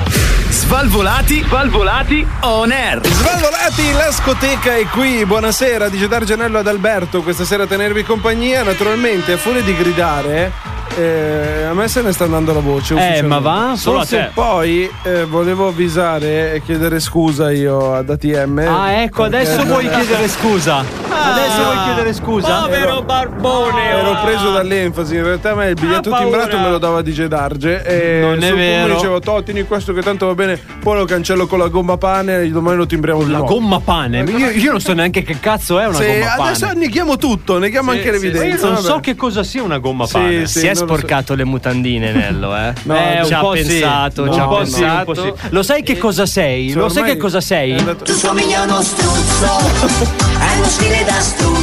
Svalvolati. Svalvolati on air.
Svalvolati, la scoteca è qui. Buonasera, dice Dargenello ad Alberto. Questa sera a tenervi compagnia. Naturalmente, a furia di gridare, eh, a me se ne sta andando la voce.
Eh,
ufficialmente.
ma va? Solo a
Forse
te.
Poi eh, volevo avvisare e chiedere scusa io ad ATM.
Ah, ecco, adesso
Eh.
vuoi chiedere scusa. Adesso vuoi chiedere scusa.
Povero
barbone.
Ah.
oh.
Ero preso dall'enfasi, in realtà a me il biglietto
Ah, paura.
timbrato me lo dava DJ Darge e
Non è
sul pubblico
vero.
dicevo "Toh, tieni questo che tanto va bene, poi lo cancello con la gomma pane e domani lo timbriamo di
La
nuovo".
gomma pane. Io, io non so neanche che cazzo è una
Sì,
gomma pane.
adesso neghiamo tutto, neghiamo
Sì,
anche
sì, sì.
l'evidenza.
Io non
vabbè.
so che cosa sia una gomma
Sì,
pane.
sì,
si è
non lo
sporcato le mutandine, Nello, eh?
No, eh,
ci
un
ha
po' sì.
pensato,
Un
ci ha
po' sì, un
pensato.
po' sì. Lo sai che cosa sei?
Cioè,
Lo sai
ormai
che cosa sei?
Tu somigli a uno struzzo, hai uno stile da struzzo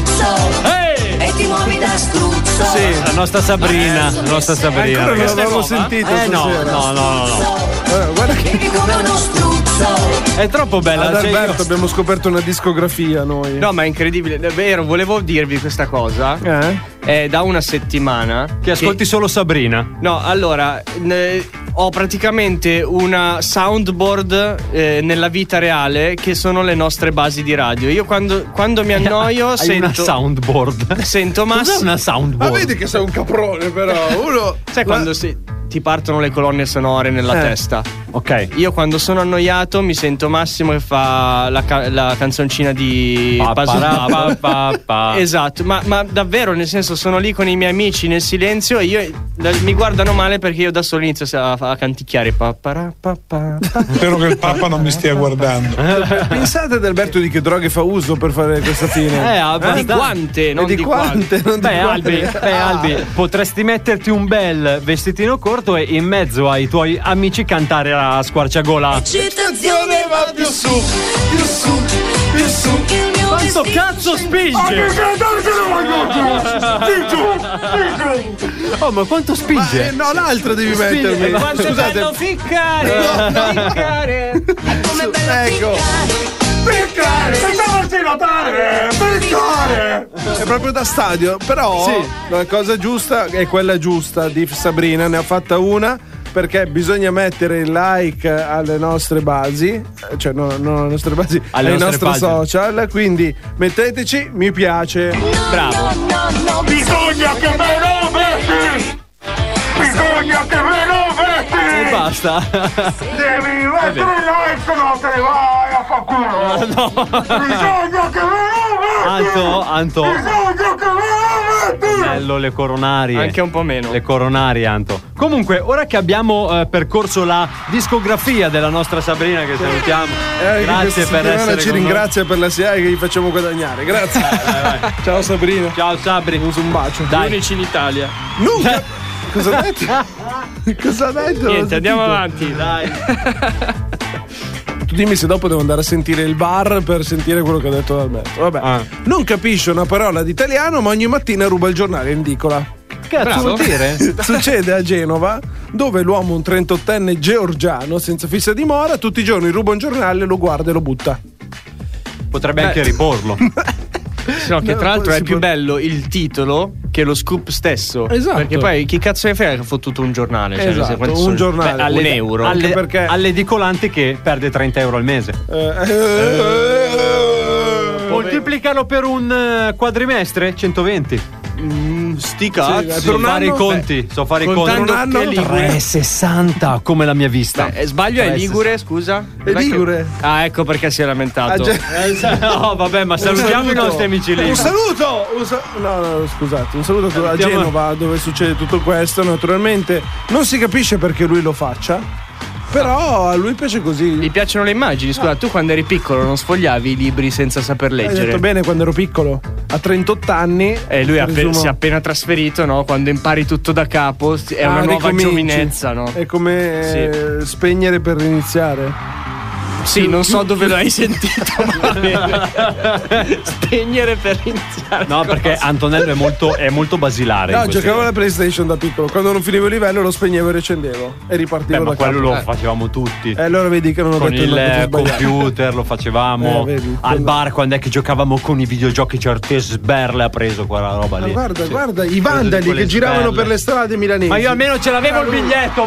e ti muovi da struzzo.
Sì, Eh. la nostra Sabrina, la nostra Sabrina.
Ancora non
ragazzi.
l'avevo
Questa è nuova?
sentita
Eh no,
stasera.
no, no, no, no.
Eh, guarda che
Vivi come uno struzzo.
È troppo bella.
ad
cioè, io-
Alberto abbiamo scoperto una discografia noi.
No, ma è incredibile, davvero, volevo dirvi questa cosa.
Eh?
È da una settimana
Che ascolti solo Sabrina.
No, allora, ne- ho praticamente una soundboard eh, nella vita reale che sono le nostre basi di radio. Io quando, quando mi annoio
Hai
sento...
una soundboard.
Sento
Cos'è
Massimo...
una
Ma
soundboard?
vedi che sei un caprone però, uno
Sai quando si- ti partono le colonne sonore nella
Eh.
testa?
Ok.
Io quando sono annoiato mi sento Massimo che fa la, ca- la canzoncina di
Pa, pa,
Pasu-
ra, pa, pa, pa.
Esatto, ma, ma davvero, nel senso, sono lì con i miei amici nel silenzio e io da- mi guardano male perché io da solo inizio a, a canticchiare. Pa, pa, ra, pa, pa, pa.
Spero che il Papa non mi stia guardando.
Pensate ad Alberto di che droghe fa uso per fare questa fine.
Eh,
Ma di
abbastanza.
quante, non
E di, quante, non di
Beh
quante.
Albi, beh, Albi, potresti metterti un bel vestitino corto e in mezzo ai tuoi amici cantare a squarciagola.
Eccitazione va più su, più su, più su. Il mio vestito
Quanto cazzo spinge? Oh, ma quanto
Ma, eh,
spinge? Eh,
no, l'altra devi
Spinge.
mettermi. Scusate.
ficcare, ficcare.
È come bella
Ecco.
piccare.
È proprio da stadio, però la cosa giusta è quella giusta di Sabrina, ne ha fatta una perché bisogna mettere il like alle nostre basi, eh, cioè no, non alle nostre basi,
Alle
ai
nostre
nostri
pagine.
social, quindi metteteci mi piace.
Bravo.
No, no, no, bisogna che me lo metti. Bisogna che me lo
E
metti.
basta.
Devi mettere like, no te ne vai a fa' culo.
No.
Bisogna che me lo metti.
Anto, Anto.
Bisogna che me lo metti.
Bello le coronarie.
Anche un po' meno.
Le coronarie, Anto. Comunque, ora che abbiamo eh, percorso la discografia della nostra Sabrina, che salutiamo,
Eh,
grazie
questa
per
settimana
essere
ci
con noi.
ringrazia per la SIA che gli facciamo guadagnare. Grazie. Ciao Sabrina.
Ciao Sabri.
Un bacio.
Dai.
Unici in Italia.
Nuca. Cosa ha detto?
Cosa ha detto?
Niente, andiamo avanti, dai.
Tu dimmi se dopo devo andare a sentire il bar per sentire quello che ha detto Alberto. Vabbè.
Ah.
Non capisce una parola di italiano, ma ogni mattina ruba il giornale in edicola.
Cazzo vuol dire?
Succede a Genova, dove l'uomo, un 38enne georgiano, senza fissa dimora, tutti i giorni ruba un giornale, lo guarda e lo butta.
Potrebbe anche riporlo.
Sì, no, che
No,
tra l'altro
poi
è
si
più
può-
bello il titolo che lo scoop stesso.
Esatto.
Perché poi chi cazzo ne frega che ha fottuto un giornale? Cioè,
Esatto,
se quanti
un
sono-
giornale.
Beh, alle-
Un
euro.
Anche
Alle,
perché-
all'edicolante che perde 30 euro al mese.
Eh, eh,
Moltiplicarlo per un eh, quadrimestre? 120.
Mm,
sti
so fare i conti. so fare i conti.
contando
Ah,
che è ligure.
Eh,
360 come la mia vista.
Eh, sbaglio è Ligure, scusa?
È Ligure.
Ah, ecco perché si è lamentato.
Ah, già.
Eh, no, vabbè, ma salutiamo i nostri amici lì.
Un saluto! Un sa- no, no, scusate, un saluto a
Salutiamo-
Genova
Esatto,
dove succede tutto questo. Naturalmente non si capisce perché lui lo faccia, però a lui piace così.
Gli piacciono le immagini? Scusa, tu quando eri piccolo non sfogliavi i libri senza saper
Hai
leggere.
detto bene quando ero piccolo, a 38 anni.
Eh,
E Eh, lui ha appe-
presumo-
si è appena trasferito, no? Quando impari tutto da capo si- è
Ah,
una nuova
ricominci.
giovinezza, no?
È come
Sì.
eh, spegnere per iniziare.
Sì, non so dove l'hai sentito, ma va bene. Spegnere per iniziare.
No, perché Antonello è molto, è molto basilare.
No,
in queste
giocavo alla
cose.
PlayStation da piccolo. Quando non finivo il livello lo spegnevo e riaccendevo. E ripartivo
Beh, ma
da
quello
capo. Eh,
lo facevamo tutti.
E allora vedi che non ho
con
detto
il
niente, ho
eh,
sbagliato.
computer lo facevamo
Eh, vedi,
al
quello-
bar quando è che giocavamo con i videogiochi certe sberle ha preso quella roba
Ma
lì
guarda,
Sì.
guarda, i
Quelle
vandali che giravano
sberle.
per le strade milanesi. Eh,
ma io almeno ce l'avevo il biglietto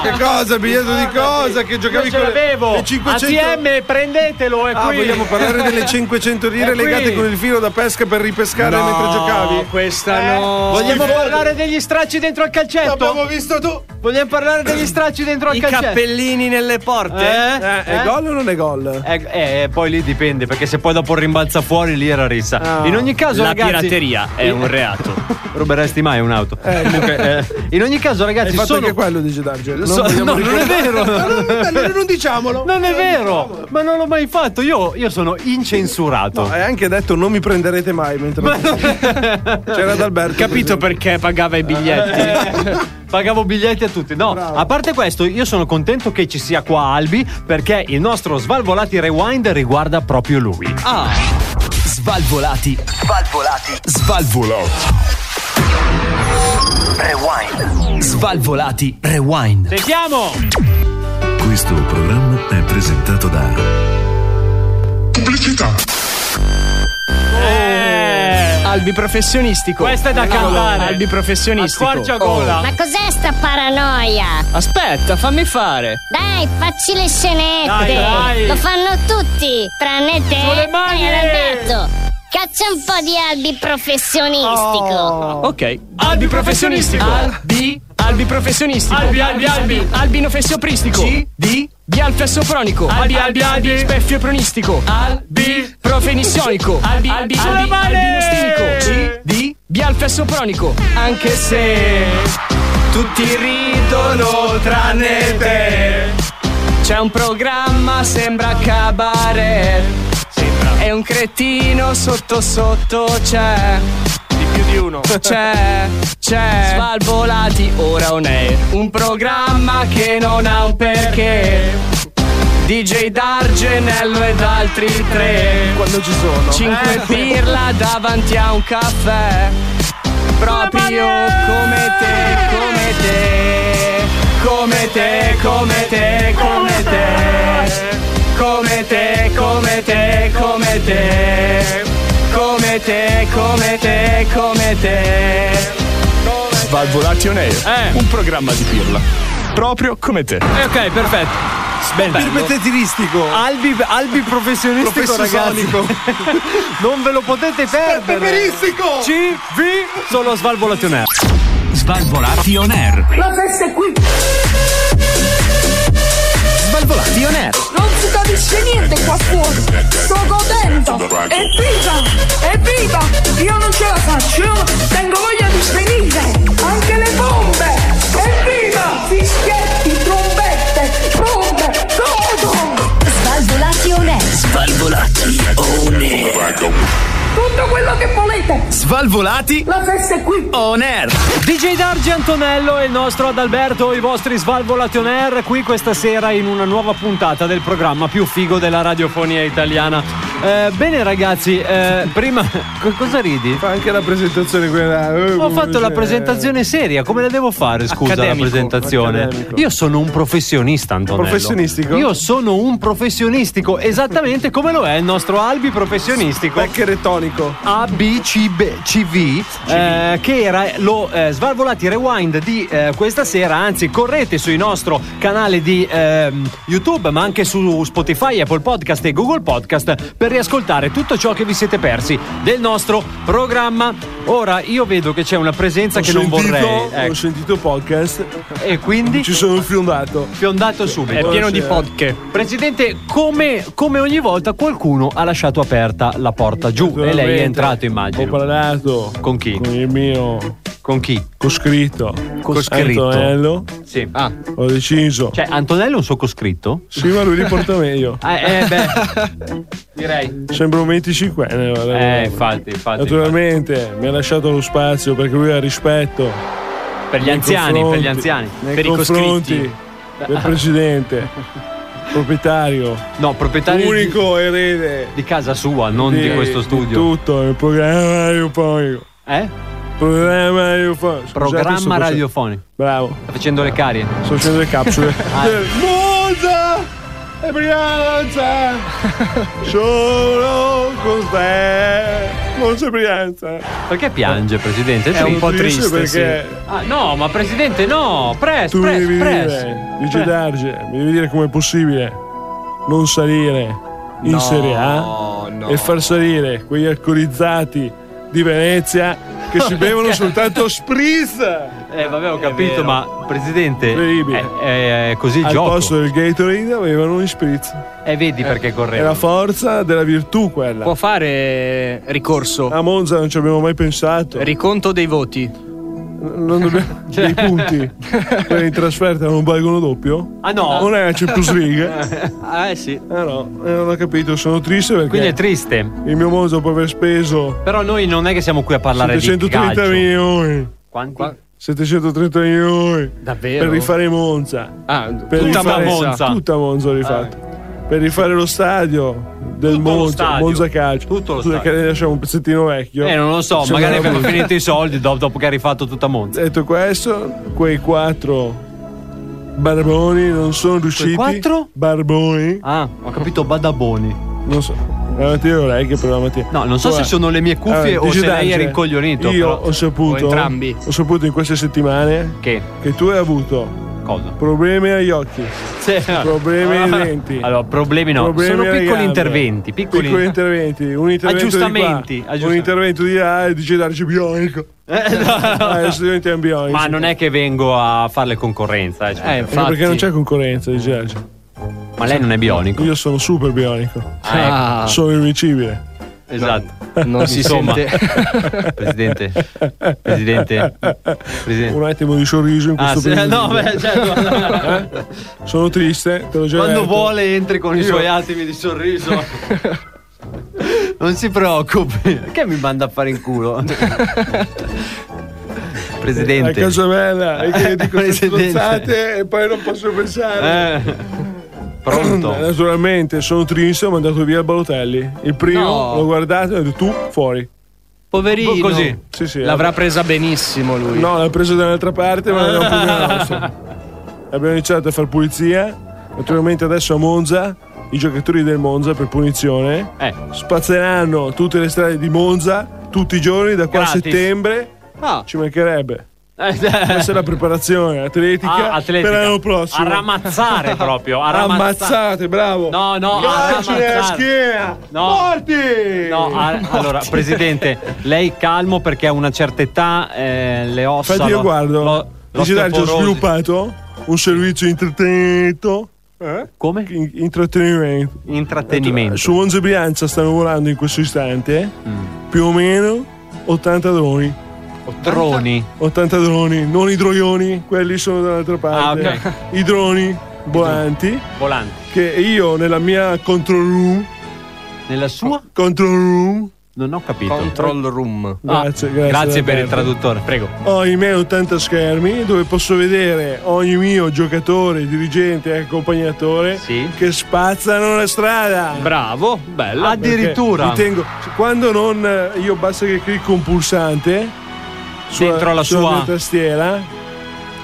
Che cosa? Il biglietto di cosa? Che giocavi
io ce
con le-
l'avevo
le 500
ATM prendetelo è
Ah,
qui
vogliamo parlare delle 500 lire
È qui.
legate con il filo da pesca per ripescare mentre giocavi?
questa
Eh,
no.
vogliamo parlare degli stracci dentro al
L'abbiamo
calcetto
visto tu.
vogliamo parlare degli stracci dentro al
I
calcetto
cappellini nelle porte.
Eh?
Eh, è
Eh?
gol o non è gol?
Eh, eh, poi lì dipende, perché se poi dopo rimbalza fuori lì era rissa.
Ah.
In ogni caso,
La
ragazzi,
pirateria è un reato.
Ruberesti mai un'auto? Comunque, eh, in ogni caso,
Hai
ragazzi,
fatto
sono.
anche quello, dice Darge. Non
so-
vogliamo
no, non è
ricordare.
vero.
No, no, no, non diciamolo.
Non è vero, ma non l'ho mai fatto. Io, io sono incensurato.
No, hai anche detto non mi prenderete mai mentre c'era Adalberto.
Capito perché pagava i biglietti.
Pagavo biglietti a tutti. No,
Bravo.
a parte questo, io sono contento che ci sia qua Albi perché il nostro Svalvolati Rewind riguarda proprio lui.
Ah,
Svalvolati. Svalvolati. Svalvolati. Rewind. Svalvolati. Rewind.
Sentiamo!
Questo programma è presentato da Pubblicità.
Eh,
albi professionistico.
Questa è da
Eccolo,
cantare.
Albi
a
professionistico.
squarcia
Oh.
gola.
Ma cos'è sta paranoia?
Aspetta, fammi fare.
Dai, facci le scenette!
Dai, dai.
Lo fanno tutti, tranne te
Sulle mani.
e Alberto! Caccia un po' di albi professionistico!
Oh.
Ok. Albi professionistico. Albi. Albi professionistico.
Albi, albi, albi.
Albino fessiopristico. C. D. Bialfe sofronico.
Albi, albi, albi.
Speffio pronistico. Albi. Profenissionico. Albi, albi,
Sulle
albi.
mani.
Albinostinico. C. D. Bialfe sofronico. Anche se tutti ridono tranne te. C'è un programma, sembra cabaret. È un cretino sotto sotto c'è. Di più di uno. C'è, c'è. Svalvolati ora on air. Un programma che non ha un perché. DJ D'Argenello ed altri tre.
Quando ci sono.
Cinque pirla davanti a un caffè. Proprio come te, come te. Come te, come te, come te. Come te, come te, come te. Come te, come te, come te.
Svalvolati on air.
Eh.
Un programma di pirla. Proprio come te.
Eh, ok, perfetto. Bello.
Perpetetiristico.
Albi, albi professionistico, ragazzi.
Professionistico.
non ve lo potete perdere.
Peperistico.
CV solo a Svalvolation Air.
Svalvolati on air. La festa è qui. Svalvolati on air.
Non si capisce niente qua fuori. Sto godendo. Evviva! Evviva! Io non ce la faccio. Io tengo voglia di svenire. Anche le bombe. Evviva! Fischietti, trombette, bombe. Godo!
Svalvolati on air.
Tutto quello che volete.
volete.
Svalvolati.
La festa è qui.
On air.
DJ Dargi Antonello e il nostro Adalberto, i vostri Svalvolati on air, qui questa sera in una nuova puntata del programma più figo della radiofonia italiana. Eh, bene ragazzi, eh, prima cosa ridi?
Fa anche la presentazione quella. eh,
Ho
come
fatto la
dice-
presentazione seria, come la devo fare scusa
Accademico,
la presentazione?
accademico.
Io sono un professionista Antonello.
Professionistico?
Io sono un professionistico, esattamente come lo è il nostro Albi professionistico.
Becker e tonico.
ABCV, eh, che era lo eh, Svalvolati Rewind di eh, questa sera. Anzi, correte sul nostro canale di ehm, YouTube, ma anche su Spotify, Apple Podcast e Google Podcast per riascoltare tutto ciò che vi siete persi del nostro programma. Ora io vedo che c'è una presenza
Ho
che non
sentito-
vorrei.
Ho
ecco.
sentito podcast.
E quindi
Ci sono fiondato.
fiondato subito.
È pieno di
podche. Presidente, come, come ogni volta qualcuno ha lasciato aperta la porta giù e lei è entrato,
Ho
immagino.
parlato
Con chi?
con il mio
Con chi?
coscritto.
Coscritto.
Antonello.
Sì. Ah.
Ho deciso.
Cioè, Antonello è un soccoscritto?
Sì, ma lui li porta meglio.
Ah, eh, beh, direi.
Sembra un 25
Eh, infatti, infatti.
Cioè, Naturalmente mi ha lasciato lo spazio perché lui ha rispetto
infatti. Per gli
nei
anziani, per gli
confronti-
anziani,
nei
per i
confronti
coscritti.
del presidente, proprietario,
No, proprietario di,
unico erede
di casa sua, non di, questo
Di
studio.
tutto il programma radiofonico.
eh?
Programma radiofonico. Scusate, sto
Programma
facendo-
radiofonico.
Bravo,
Sta facendo le carie.
sto facendo le capsule.
Ah.
Monza e Brianza sono con te. Monza e Brianza.
Perché piange, presidente? È
Lo dice perché
Ah, no, ma presidente, no, press,
tu mi
press,
devi
press.
dire, Luigi Darge, mi devi dire com'è possibile non salire in Serie A e far salire quegli alcolizzati di Venezia che si bevono soltanto spritz al
Eh, vabbè, ho capito, ma presidente,
Incredibile.
è, è- è così il gioco.
posto Eh. del Gatorade avevano gli spritz
E vedi perché
è
correva.
la forza della virtù quella
Può fare ricorso.
a Monza non ci abbiamo mai pensato
Riconto dei voti.
non dobbiamo dei punti quelli in trasferta non valgono doppio
Ah, no?
non è la Champions League
Ah, eh sì.
Ah no, eh, non ho capito, sono triste perché
Quindi è triste.
il mio Monza dopo aver speso
Però noi non è che siamo qui a parlare di
730
calcio.
milioni,
Quanti?
730 milioni
Davvero?
per rifare Monza,
Ah,
per
Tutta
rifare
Monza. Eh.
tutta Monza ho rifatto. Per rifare lo stadio del
Tutto lo
Monza,
stadio.
Monza Calcio.
Tutto lo
Scusa,
stadio.
che ne lasciamo un pezzettino vecchio.
Eh, non lo so,
Ci
magari
andava
abbiamo
bene.
finito i soldi do- dopo che hai rifatto tutta Monza.
Detto questo, quei quattro barboni non sono riusciti.
quattro?
Barboni,
Ah, ho capito Badaboni.
non so. Lavati le orecchie per la mattina.
No, non so se
Guarda.
sono le mie
eh,
cuffie
Allora,
o
Eh, dici
se lei è
Dance,
rincoglionito.
Io
però-
ho saputo.
O entrambi.
Ho saputo in queste settimane
Che
che tu hai avuto
cosa?
problemi agli occhi,
Sì.
problemi ai denti.
Allora, problemi Ah, no,
problemi
sono
alle
piccoli
gambe,
interventi, piccoli,
interventi, un intervento
Aggiustamenti,
di qua,
aggiustamenti.
un intervento di là e dice darci bionico.
Eh, no.
Ah, adesso diventi un bionico.
Ma non è che vengo a farle concorrenza, eh, cioè.
Eh,
Anche
infatti.
perché non c'è concorrenza di Gergi.
ma lei non è bionico.
Io sono super bionico.
Ah,
Sono invincibile.
Esatto.
non si
Insomma.
sente.
Presidente. Presidente. Presidente.
Un attimo di sorriso in
Ah,
questo
sì,
periodo.
no, beh, certo.
Sono triste, te l'ho già
Quando
detto.
vuole entri con i suoi attimi di sorriso. Non si preoccupi. Che mi manda a fare in culo?
A
Presidente.
casa bella e che dico queste
Presidente.
stronzate e poi non posso pensare.
Eh, Pronto.
Naturalmente sono triste, ho mandato via il Balotelli. Il primo
No.
l'ho guardato e ho detto tu fuori.
Poverino.
Così.
Sì, sì.
L'avrà presa benissimo lui.
No, l'ha preso da un'altra parte, ma non più nella nostra. Abbiamo iniziato a fare pulizia. Naturalmente adesso a Monza, i giocatori del Monza per punizione
Eh.
spazzeranno tutte le strade di Monza tutti i giorni da qua a
Gratis.
settembre.
Ah.
Ci mancherebbe.
Eh,
Questa è la preparazione atletica,
Ah, atletica.
per l'anno prossimo.
A ramazzare proprio. A ramazzare.
Ammazzate, bravo.
No, no, a
Calci nella
ramazzare.
schiena.
No.
Morti.
No,
ah,
a- allora, presidente, lei calmo perché a una certa età eh, le ossa.
Infatti io
lo-
guardo.
lo-
Dice Darge, ho
l'osteoporosi-
sviluppato un servizio intrattenimento. Eh?
Come?
In- intrattenimento.
Intrattenimento.
Su Monza e Brianza stanno volando in questo istante
Mm.
più o meno 80 droni.
Droni.
80 droni, non i droioni, quelli sono dall'altra parte.
Ah, ok.
I droni volanti
Volanti.
che io nella mia control room,
Nella sua?
control room
Non ho capito.
Control room.
Ah, grazie, grazie.
Grazie per il traduttore, prego.
Ho in me 80 schermi dove posso vedere ogni mio giocatore, dirigente e accompagnatore
Sì.
che spazzano la strada.
Bravo, bello.
Perché li tengo- quando non eh, io basta che clicco un pulsante sulla,
Dentro la
sulla
sua-
mia tastiera.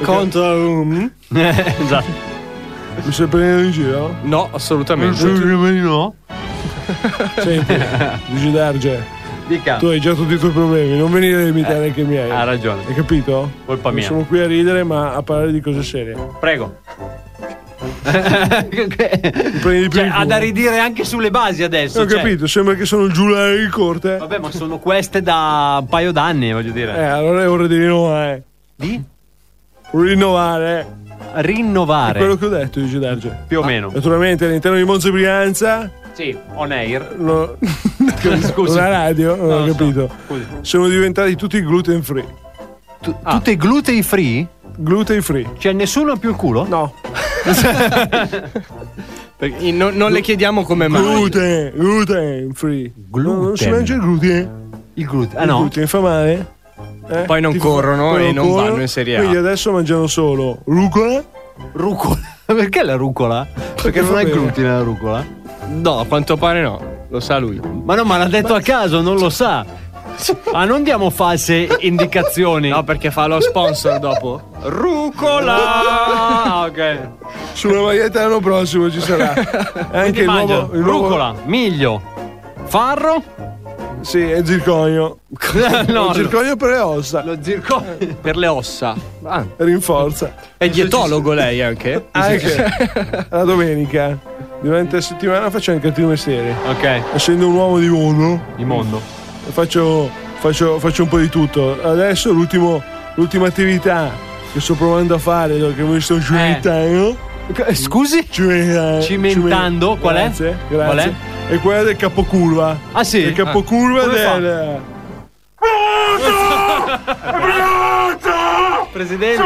Control
room.
Eh, esatto.
Mi stai prendendo in giro?
No, assolutamente.
No. Senti, Luigi Darge,
Dica. Eh,
tu hai già tutti i tuoi problemi, non venire a imitare anche i miei.
Ha ragione.
Hai capito?
Colpa
Non
mia.
Sono qui a ridere, ma a parlare di cose serie.
Prego. Cioè, ha da ridire anche sulle basi adesso.
Ho
cioè.
capito, sembra che sono il giullare di corte.
Vabbè, ma sono queste da un paio d'anni, voglio dire.
Eh, allora è ora di rinnovare.
Di?
Rinnovare. È
Rinnovare.
quello Ah. che ho detto, Luigi Darge.
Più o meno.
Naturalmente all'interno di Monza Brianza
Sì, on air.
no,
Scusi.
la radio, non
No,
ho
lo so.
capito.
Scusi.
Sono diventati tutti gluten free.
Tutte gluten free?
Gluten free.
Cioè, nessuno ha più il culo?
No.
Perché no- non le chiediamo come mai.
Gluten, gluten free.
Gluten.
No, non si mangia il gluten.
Il gluten. Ah,
Il
no.
gluten fa male. Eh?
Poi non
Ti fa-
corrono
poi
e non
corrono,
vanno in Serie A.
Quindi adesso mangiano solo rucola.
Rucola. Perché la rucola? Perché non
va
è
bene.
glutine la rucola?
No, a quanto pare no. Lo sa lui.
Ma no, ma l'ha detto a caso, non lo sa. Ma non diamo false indicazioni.
No, perché fa lo sponsor dopo. Rucola! ok.
Sulla maglietta l'anno prossimo ci sarà. Anche
Quindi
il
mangio
nuovo, il nuovo-
rucola, miglio, farro.
Sì, è zirconio.
no,
il zirconio per le ossa.
lo zirco.
Per le ossa. Ah,
Rinforza.
è dietologo lei anche?
Ah,
Anche la domenica. Durante la settimana faccio anche il primo mestiere.
Ok,
Essendo un uomo di mondo,
il mondo.
faccio, faccio- faccio un po' di tutto. Adesso l'ultimo- l'ultima attività che sto provando a fare, che mi sto cimentando.
Eh. Scusi?
cimenta-
Cimentando,
cimen-
qual è?
eh, Grazie, grazie.
Qual è?
È quella del capocurva.
Ah, sì?
Il capocurva
Come fa?
del.
Presidente,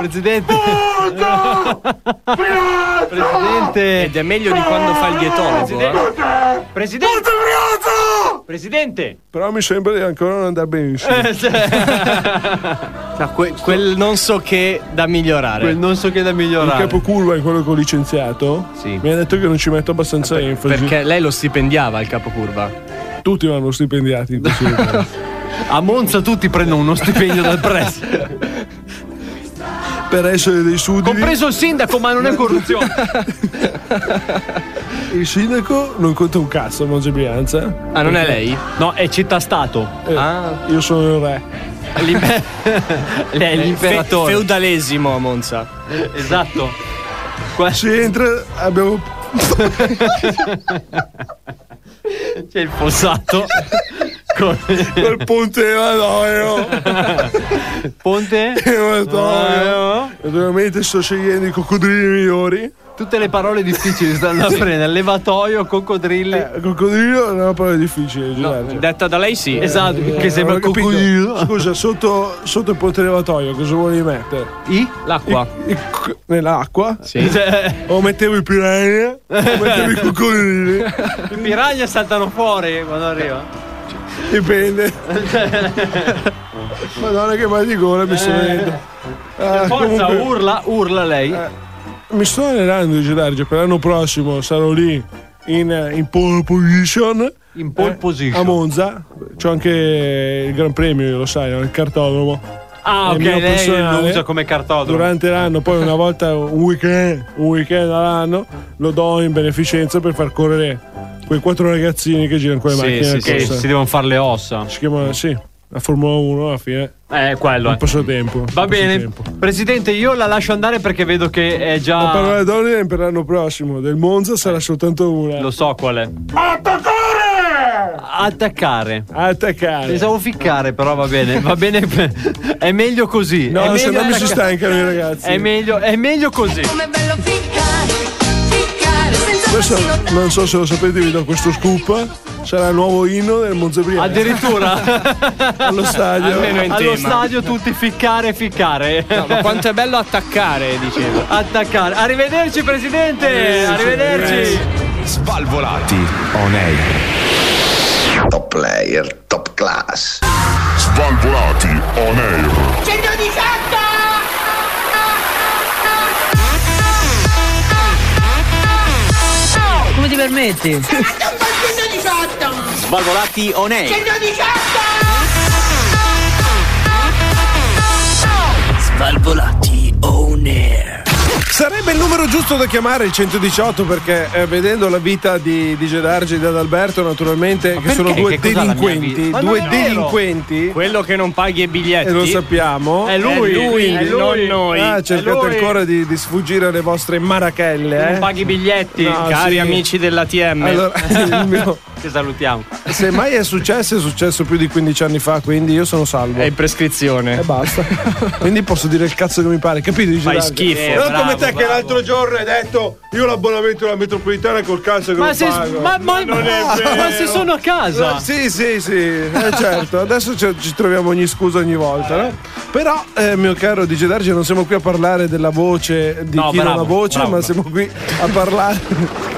presidente,
Ed
presidente,
è meglio di quando fa il dietologo. eh.
presidente, presidente.
Però mi sembra di ancora non andare benissimo.
Eh.
Cioè,
Sa, que- quel non so che da migliorare.
Quel non so che è da
Il
migliorare.
capocurva è quello che ho licenziato.
Sì.
Mi ha detto che non ci metto abbastanza enfasi.
Eh, Perché lei lo stipendiava il capocurva.
Tutti vanno stipendiati. dicevo.
A Monza tutti prendono uno stipendio dal press.
per essere dei sudili,
Compreso il sindaco, ma non è corruzione.
il sindaco non conta un cazzo a Monza Brianza.
Ah, non è lei?
No, è città-stato.
Eh,
Ah.
Io sono il re.
L'im- Lei
Fe-
è l'imperatore.
feudalesimo a Monza.
Esatto.
Si entra, abbiamo.
C'è il fossato. Con-
quel ponte di Vanoio.
Ponte?
Vanoio. Naturalmente sto scegliendo i coccodrilli migliori.
Tutte le parole difficili stanno a prendere. Levatoio, coccodrilli.
Eh, coccodrillo è una parola difficile, Giorgio.
Detta da lei sì.
esatto, che
Eh,
sembra
ho capito.
Eh, coccodrillo.
Scusa, sotto, sotto il ponte levatoio cosa vuoi mettere?
I?
L'acqua.
I- c- Nell'acqua?
Sì.
Cioè,
O mettevo i piranha, o mettevo i coccodrilli,
I piragna saltano fuori quando arriva.
Eh, dipende. Madonna che mal di gola mi sto venendo. Ah,
Forza,
comunque, Eh.
urla, urla lei.
mi sto allenando di Giorgio, per l'anno prossimo sarò lì in, eh, in pole position.
In pole
eh,
position.
a Monza c'ho anche il Gran Premio, lo sai, no? il cartonomo.
Ah,
È
ok,
mio
lei lo
personale.
usa come cartodromo.
durante l'anno, poi una volta un weekend, un weekend all'anno, lo do in beneficenza per far correre quei quattro ragazzini che girano con le macchine.
sì,
da
Che
corsa.
si devono fare le ossa.
Si chiama, sì, la Formula 1 alla fine.
Eh, quello.
Un
eh.
passatempo.
Va
un
bene.
passatempo.
Presidente, io la lascio andare perché vedo che è
La parola
già.
d'ordine per l'anno prossimo, del Monza sarà soltanto una.
Lo so qual è.
Attaccare!
Attaccare.
Attaccare.
Pensavo ficcare, però va bene. Va bene. È meglio così.
No,
è
se
meglio
no mi si
attaccare.
stancano i ragazzi.
È meglio, è meglio così.
Come è bello ficcare, ficcare senza
Questo
farsi
non so se lo sapete, vi do questo scoop. Sarà il nuovo inno del Monza Brianza.
Addirittura
allo stadio.
Almeno in
allo
tema.
stadio tutti ficcare, ficcare.
No, ma quanto è bello attaccare, dicevo.
Attaccare. Arrivederci, presidente. Arrivederci.
Arrivederci.
Svalvolati on air.
Top player, top class.
Svalvolati on air.
118!
Come ti permetti?
Svalvolati on air.
118!
Svalvolati on air.
Sarebbe il numero giusto da chiamare il 118 perché eh, vedendo la vita di, di Gedargi ed Adalberto naturalmente che sono due
Che cos'ha la mia
delinquenti,
vita? Ma
due
non è vero.
delinquenti
Quello che non paghi i biglietti.
e Eh, lo sappiamo.
È lui,
E quindi-
è lui.
non noi. Ah,
È
cercate
lui.
ancora di, di sfuggire alle vostre marachelle.
Non
eh.
paghi i biglietti,
No,
cari
sì.
amici dell'ATM.
Allora, il mio-
Ti salutiamo.
Se mai è successo, è successo più di 15 anni fa, quindi io sono salvo.
È in prescrizione.
E basta. quindi posso dire il cazzo che mi pare, capito?
Fai
Gerardo?
schifo. Eh,
non come
bravo,
te che
bravo.
l'altro giorno hai detto io l'abbonamento della metropolitana col cazzo che
Ma
non
se,
pago.
ma, ma-
non è
ma
vero.
se sono a casa.
Eh, Sì, sì, sì, eh, certo. Adesso ci, ci troviamo ogni scusa ogni volta, no? Però, eh, mio caro DJ Darge, non siamo qui a parlare della voce di
No,
chi non
bravo,
ha voce,
bravo,
ma
bravo.
siamo qui a parlare.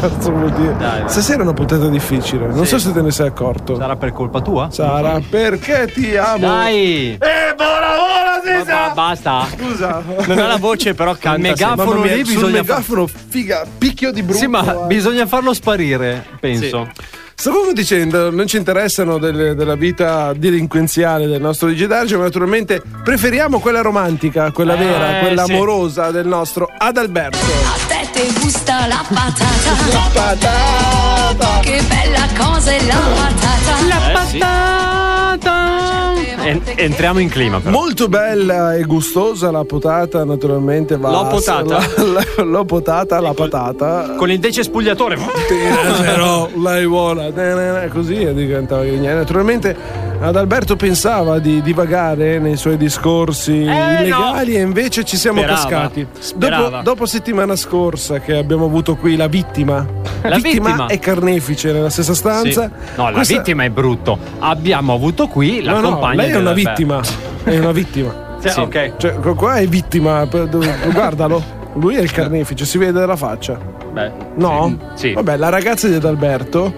Cazzo vuol dire? Stasera è una puntata difficile, non so se te ne sei accorto.
Sarà per colpa tua?
Sara, perché ti amo?
Dai!
Eh, buona buona
Ma- ma- basta.
Scusa.
Non ha la voce, però canta. Il
Mamma
megafono
mia,
lì
sul
bisogna far-
megafono, figa, picchio di brutto.
Sì, ma
eh.
bisogna farlo sparire, penso.
Stavamo dicendo, non ci interessano delle- della vita delinquenziale del nostro DJ Darge, ma naturalmente preferiamo quella romantica, quella
Eh,
vera, quella
sì.
amorosa del nostro Adalberto.
A te ti gusta la patata. La patata. Che bella cosa è la patata. La patata.
Eh, En- entriamo in clima, però.
Molto bella e gustosa la potata, naturalmente va.
L'ho potata.
La, la- l'ho potata, la patata.
Con il decespugliatore.
Tira, però lei vuole eh, tenere, così e diventava Grignani naturalmente Adalberto pensava di divagare nei suoi discorsi illegali e invece ci siamo
Eh, Sperava,
cascati
sperava.
dopo, dopo settimana scorsa che abbiamo avuto qui la vittima
La vittima.
è carnefice nella stessa stanza
Sì. No, la
Questa-
vittima è brutto. Abbiamo avuto qui la
No, no,
compagna.
lei è
di
una
Alberto.
vittima è una vittima
Sì, Ah, ok.
cioè co- qua è vittima per- do- guardalo lui è il carnefice si vede dalla faccia
Beh,
No?
Sì. sì.
Vabbè, la ragazza di Adalberto,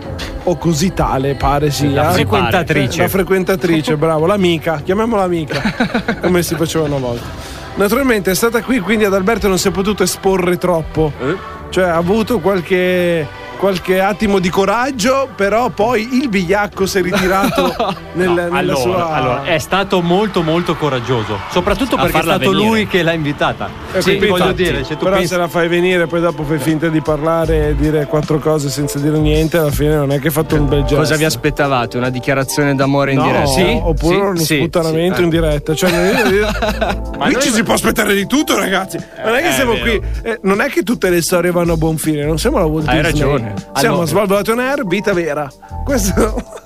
o così tale pare sia.
La frequentatrice.
La frequentatrice, bravo, l'amica, chiamiamola amica, come si faceva una volta. Naturalmente è stata qui, quindi Adalberto non si è potuto esporre troppo.
Eh?
Cioè, ha avuto qualche, qualche attimo di coraggio, però poi il bigliacco si è ritirato nel-
No,
nella
allora,
sua.
allora, eh, è stato molto molto coraggioso, soprattutto
A
perché è
farla
stato
venire.
lui che l'ha invitata.
Eh,
sì,
capito?
voglio dire, se tu
però
pensi
se la fai venire, poi dopo fai finta di parlare e dire quattro cose senza dire niente, alla fine non è che hai fatto un bel gesto.
Cosa vi aspettavate? Una dichiarazione d'amore in
No,
diretta?
oppure uno sputtanamento in diretta. Cioè, io- io- qui ci si può aspettare di tutto, ragazzi. Non è che siamo qui, eh, non è che tutte le storie vanno a buon fine. Non siamo la Walt
Hai
Disney.
ragione.
Siamo
Allora-
a Svalvolato on Air, vita vera. Questo.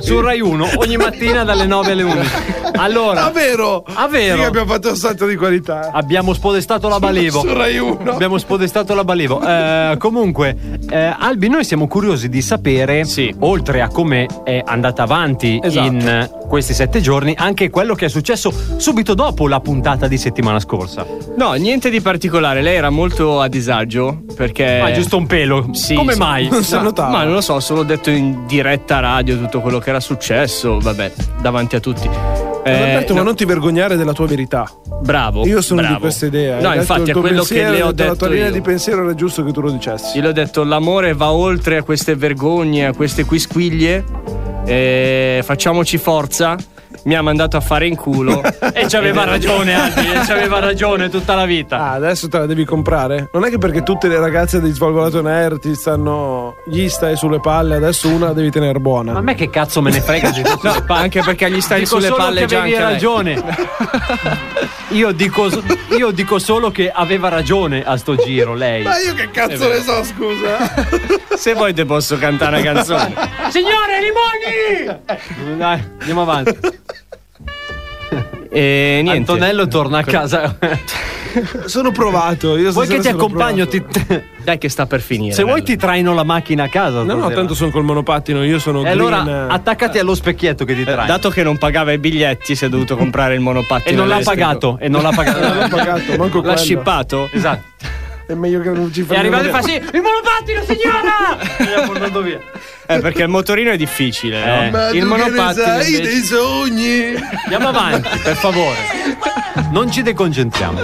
su Rai 1 ogni mattina dalle 9 alle 11. Allora,
Ah, vero?
Ah, vero?
Sì, che abbiamo fatto un salto di qualità.
abbiamo spodestato la Balevo.
su Rai 1.
Abbiamo spodestato la Balevo. Eh, comunque, eh, Albi, noi siamo curiosi di sapere, oltre a come è andata avanti
Esatto.
in eh, questi sette giorni, anche quello che è successo subito dopo la puntata di settimana scorsa.
No, niente di particolare. Lei era molto a disagio perché.
Ma Ah, giusto un pelo.
Eh, Sì,
come
sì.
mai?
Non si
Ma-
notava.
Ma non lo so, solo detto in diretta radio tutto quello che era successo, vabbè, davanti a tutti. Eh,
Alberto, ma
no,
non ti vergognare della tua verità.
Bravo.
Io sono
Oh, bravo.
di questa idea.
No,
Hai detto il
infatti è
tuo
quello
pensiero,
che le ho
hai detto. La tua
detto.
linea
Io.
di pensiero era giusto che tu lo dicessi.
Io le ho detto l'amore va oltre a queste vergogne, a queste quisquiglie. eh, facciamoci forza. Mi ha mandato a fare in culo.
E ci aveva ragione, Albi, e ci aveva ragione tutta la vita.
Ah, adesso te la devi comprare? Non è che perché tutte le ragazze di Svalvolato on Air ti stanno. gli stai sulle palle, adesso una la devi tenere buona.
Ma a me che cazzo me ne frega di tutto
No, anche perché gli stai
Dico
sulle
solo
palle
che
già
avevi
anche lei.
ragione. Io dico, so- io dico solo che aveva ragione a sto giro lei.
Ma io che cazzo ne so, scusa?
Se vuoi te posso cantare una canzone.
Signore, limoni! Dai, andiamo avanti.
E niente.
Antonello torna a casa.
Sono provato. Io stasera
Vuoi che ti
sono
accompagno?
provato.
Ti-
Dai che sta per finire.
Se vuoi
bello.
ti traino la macchina a casa.
No, no,
stasera.
tanto sono col monopattino, io sono
E
green.
allora attaccati allo specchietto che ti traino.
Dato che non pagava i biglietti, si è dovuto comprare il
e
monopattino.
non l'ha
elettrico.
pagato. E non l'ha pagato.
Non l'ho pagato, manco
L'ha
quello.
shippato?
Esatto.
è meglio che non ci
È
facciamo.
arrivato e fa
vedere.
sì, il monopattino signora! E l'ha portato via.
Eh, perché il motorino è difficile.
Eh,
eh. il
ma tu che ne
monopattino.
sai
invece-
dei
sogni.
Andiamo avanti, per favore. Non ci deconcentriamo.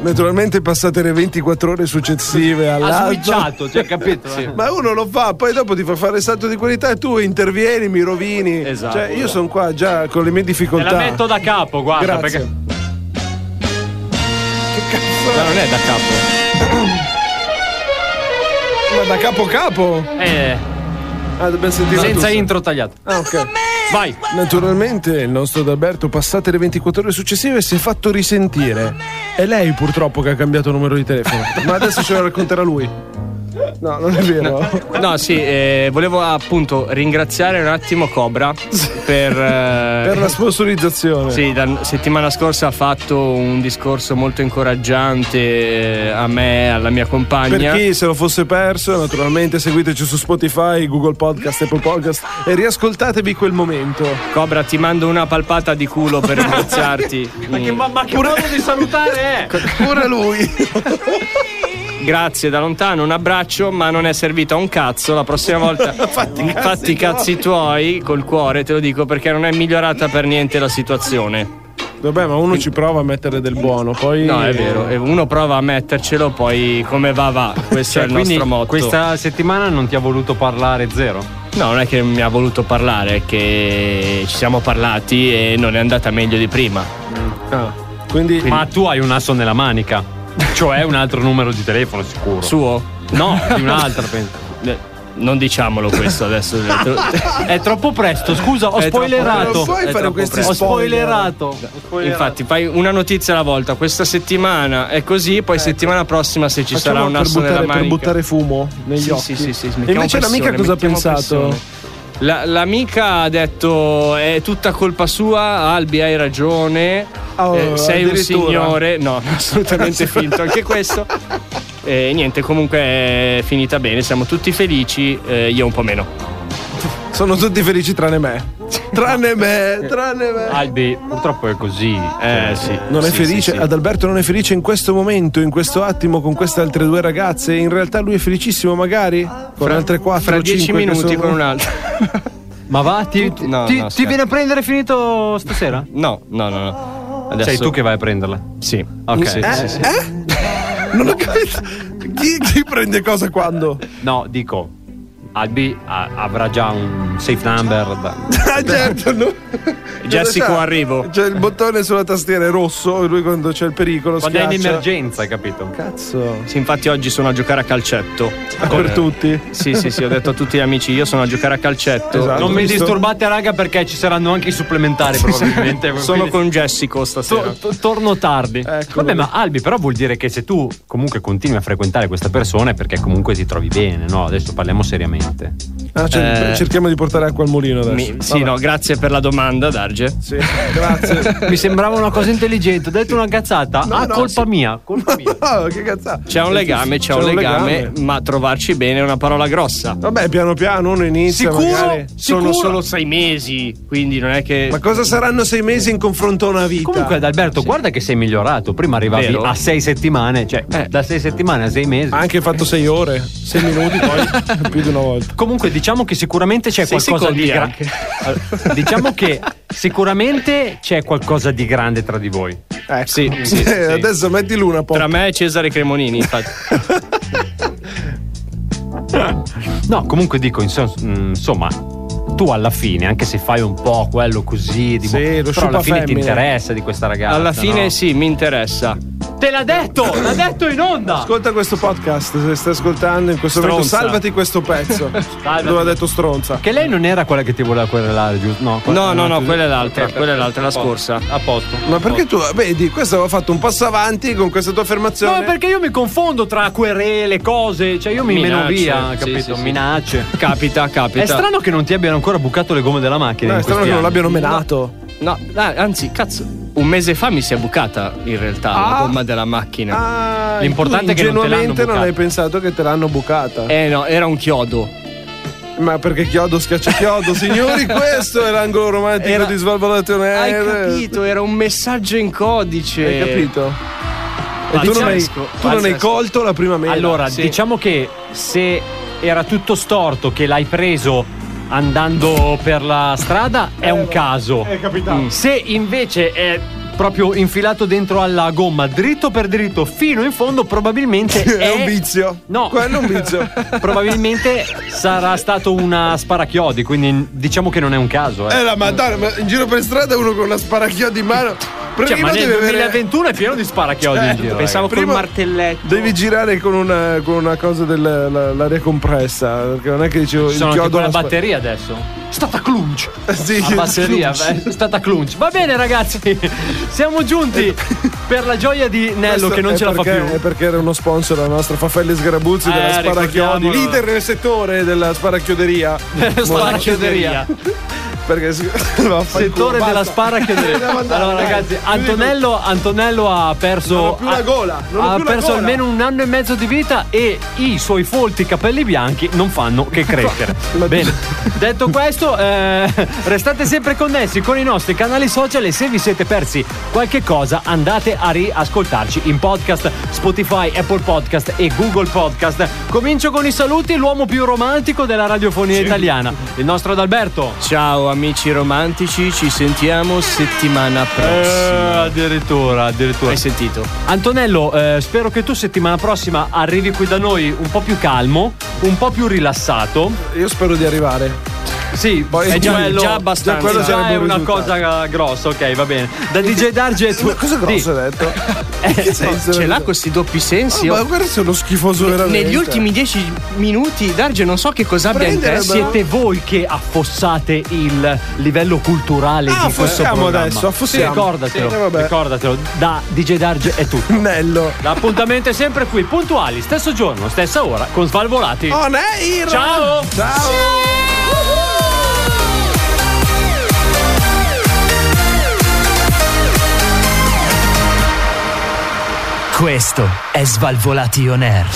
Naturalmente passate le 24 ore successive
Ah,
all'altro.
switchato, cioè, capito? Sì.
Ma uno lo fa, poi dopo ti fa fare il salto di qualità e tu intervieni, mi rovini.
Esatto.
Cioè, io sono qua già con le mie
Te
difficoltà.
la metto da capo, guarda,
Grazie.
perché
No, non è da capo.
Ma da capo capo?
Eh.
Ah, dobbiamo sentire
senza
tu.
intro tagliato.
Ah, ok.
Vai.
Naturalmente il nostro D'Alberto, passate le 24 ore successive, si è fatto risentire. È lei purtroppo che ha cambiato numero di telefono. Ma adesso ce lo racconterà lui. No, non è vero.
No, sì, eh, volevo appunto ringraziare un attimo Cobra per. eh,
Per la sponsorizzazione.
Sì, la settimana scorsa ha fatto un discorso molto incoraggiante eh, a me, alla mia compagna.
Per chi se lo fosse perso, naturalmente seguiteci su Spotify, Google Podcast, Apple Podcast e riascoltatevi quel momento.
Cobra, ti mando una palpata di culo per ringraziarti.
Ma che,
Mm.
ma, ma che modo di salutare è?
Pure lui.
Grazie da lontano, un abbraccio, ma non è servito a un cazzo. La prossima volta fatti, i cazzi tuoi col cuore, te lo dico, perché non è migliorata per niente la situazione.
Vabbè, ma uno ci prova a mettere del buono, poi.
No, è vero, e uno prova a mettercelo, poi come va va. Questo
Cioè,
è il
quindi
nostro motto.
Questa settimana non ti ha voluto parlare zero.
No, non è che mi ha voluto parlare, è che ci siamo parlati e non è andata meglio di prima.
Ah. Quindi,
Ma tu hai un asso nella manica, cioè un altro numero di telefono sicuro.
Suo?
No, di un'altra penso.
Eh, Non diciamolo questo adesso.
È troppo presto, scusa, ho
È troppo
spoilerato.
presto. Non puoi
È
fare
troppo
questi
presto. Ho
spoiler.
spoilerato. Ho spoilerato.
Infatti, fai una notizia alla volta. Questa settimana è così, poi settimana prossima, se ci sarà un
Ecco. Facciamo per
asso
buttare,
nella
per
manica.
buttare fumo negli
Sì,
occhi.
sì, sì, sì, mettiamo
e invece l'amica
pressione,
cosa ha
mettiamo
pensato?
pressione. La- l'amica ha detto: È tutta colpa sua, Albi, hai ragione.
Oh,
eh, sei un
addirittura.
signore. No, assolutamente finto anche questo. E niente, comunque è finita bene. Siamo tutti felici, eh, io un po' meno.
Sono tutti felici tranne me. Tranne me, tranne me.
Albi, purtroppo è così.
Eh, sì.
Non è
Sì,
felice,
sì, sì.
Adalberto non è felice in questo momento, in questo attimo, con queste altre due ragazze. In realtà lui è felicissimo, magari con altre 4
Fra dieci minuti con un'altra.
altro.
Ma va, ti, ti-
no,
ti-
no,
ti
scherzo.
viene a prendere finito stasera?
No, no, no. no. Adesso...
Sei tu che vai a prenderla.
Sì.
Ok.
Sì, sì, sì.
Eh? Non ho capito. Chi, chi prende cosa quando?
No, dico, Albi a- avrà già un safe number. da-
Ah, certo, no.
Jessico,
Cosa c'ha?
arrivo.
C'è il bottone sulla tastiera è rosso e lui quando c'è il pericolo
Quando è
schiaccia.
in emergenza, capito?
Cazzo.
Sì, infatti oggi sono a giocare a calcetto.
Per tutti.
Sì, sì, sì, ho detto a tutti gli amici, io sono a giocare a calcetto.
Esatto.
Non mi
Visto?
disturbate, raga, perché ci saranno anche i supplementari, probabilmente.
Sono
quindi-
con Jessico
To-
stasera.
to- torno tardi.
Ecco,
Vabbè, ma Albi, però vuol dire che se tu comunque continui a frequentare questa persona è perché comunque ti trovi bene, no? Adesso parliamo seriamente.
Ah, cioè,
Eh.
Cerchiamo di portare acqua al mulino adesso.
Mi- sì,
Vabbè.
no, grazie per la domanda, Darge.
Sì, grazie.
Mi sembrava una cosa intelligente, ho detto una cazzata.
No,
ah,
no,
colpa
sì.
mia, colpa mia.
Oh, che cazzata.
C'è un legame, c'è, un, legame, ma trovarci bene è una parola grossa.
Vabbè, piano piano uno inizia. magari.
Sono solo sei mesi, quindi non è che.
Ma cosa saranno sei mesi in confronto a una vita?
Comunque, Adalberto, guarda che sei migliorato. Prima arrivavi
Vero?
a sei settimane, cioè da sei settimane a sei mesi.
ha anche fatto sei ore, sei minuti poi, più di una volta.
Comunque, diciamo che sicuramente c'è
Sei
qualcosa
secondi
di grande.
anche.
diciamo che sicuramente c'è qualcosa di grande tra di voi.
Ecco.
Eh, Sì, sì, sì.
Adesso metti l'una po'.
Tra me e Cesare Cremonini, infatti.
No, comunque dico, inso- mm, insomma, tu alla fine, anche se fai un po' quello così, di
Sì, lo
però alla
sciupa
fine ti
femmina.
interessa di questa ragazza.
Alla fine
no?
sì, mi interessa.
Te l'ha detto, l'ha detto in onda.
Ascolta questo podcast, se stai ascoltando in questo momento,
Stronza.
salvati questo pezzo. dove ha detto stronza.
Che lei non era quella che ti voleva querelare, giusto? No,
No,
quella-
no, no,
ti-
quella è l'altra,
Ok,
quella è l'altra, la
a posto,
scorsa.
A posto.
Ma perché tu, vedi, questo aveva fatto un passo avanti con questa tua affermazione.
No, Eh, perché io mi confondo tra querele, cose, cioè io mi
Minacce,
meno via,
sì,
capito?
sì, sì.
Minacce.
Capita, capita.
È strano che non ti abbiano ancora bucato le gomme della
No,
macchina. in
è strano
questi
che non
anni.
l'abbiano menato.
No, ah, anzi, cazzo, un mese fa mi si è bucata in realtà la
Ah.
gomma della macchina.
Ah,
L'importante è che non te l'hanno
ingenuamente non
bucata.
hai pensato che te l'hanno bucata.
Eh no, era un chiodo.
Ma perché chiodo schiaccia chiodo, signori, questo è l'angolo romantico
Era-
Eh, di Svalvolazione
Hai capito, era un messaggio in codice.
Hai capito? E tu non, hai, tu non hai colto la prima mela.
Allora,
Sì.
diciamo che se era tutto storto che l'hai preso andando per la strada è
Eh,
un caso.
è capitato.
Mm. Se invece è proprio infilato dentro alla gomma, dritto per dritto fino in fondo, probabilmente è,
un vizio.
No,
Quello è un vizio.
probabilmente sarà stato una sparachiodi, quindi diciamo che non è un caso, eh.
Eh la madonna, ma in giro per strada uno con la sparacchiodi in mano.
Cioè,
Prima
ma nel
deve avere- Certo.
2021 è pieno di sparachiodi in giro. eh.
Pensavo
ragazzi.
col martelletto. Devi girare con una, con una cosa dell'aria compressa. Perché non è che dicevo
Ci sono anche
inchiodo
quella
spa-
batteria adesso. Stata clunch.
Sì,
la batteria
clunch.
beh, è stata clunch. Va bene ragazzi, siamo giunti per la gioia di Nello
Questo
che non
è
ce la fa
perché-
più.
È perché era uno sponsor la nostra Fafelli Sgarabuzzi
Eh,
della Sparacchiodi,
ricordiamolo.
leader nel settore della sparacchioderia.
Sparachioderia.
perché si-
Settore
Basta.
della sparachioderia.
Andiamo andare,
Allora
dai.
ragazzi,
Chiudi
Antonello, Antonello ha perso
Non ho più la
ha-
gola, non ho
Ha
più la
perso
gola.
almeno un anno e mezzo di vita e i suoi folti capelli bianchi non fanno che crescere. Bene. Detto questo, eh, restate sempre connessi con i nostri canali social e se vi siete persi qualche cosa andate a riascoltarci in podcast Spotify, Apple Podcast e Google Podcast. Comincio con i saluti, l'uomo più romantico della radiofonia italiana, il nostro Adalberto.
Ciao amici romantici, ci sentiamo settimana prossima.
Eh, addirittura, addirittura.
Hai sentito?
Antonello, eh, spero che tu settimana prossima arrivi qui da noi un po' più calmo, un po' più rilassato.
Io spero di arrivare.
Sì,
Poi-
è già,
quello-
già
già
abbastanza.
quello
Già
sarebbe
è
un
una
risultato.
cosa grossa, ok, va bene. Da DJ Darge tu.
Una cosa grossa hai detto? che senso?
Eh, Ce l'ha questi doppi sensi?
Ah,
oh.
ma guarda sono schifoso veramente.
Negli ultimi dieci minuti, Darge, non so che cosa abbia in
Prendere,
testa.
siete voi che affossate il livello culturale
Ah,
di questo
affossiamo
programma.
adesso, affossiamo.
Sì, ricordatelo,
Sì, eh, vabbè.
ricordatelo. Da DJ Darge è tutto.
Nello.
L'appuntamento è sempre qui, puntuali, stesso giorno, stessa ora, con Svalvolati.
On air!
Ciao!
Ciao!
Questo è Svalvolati On Air.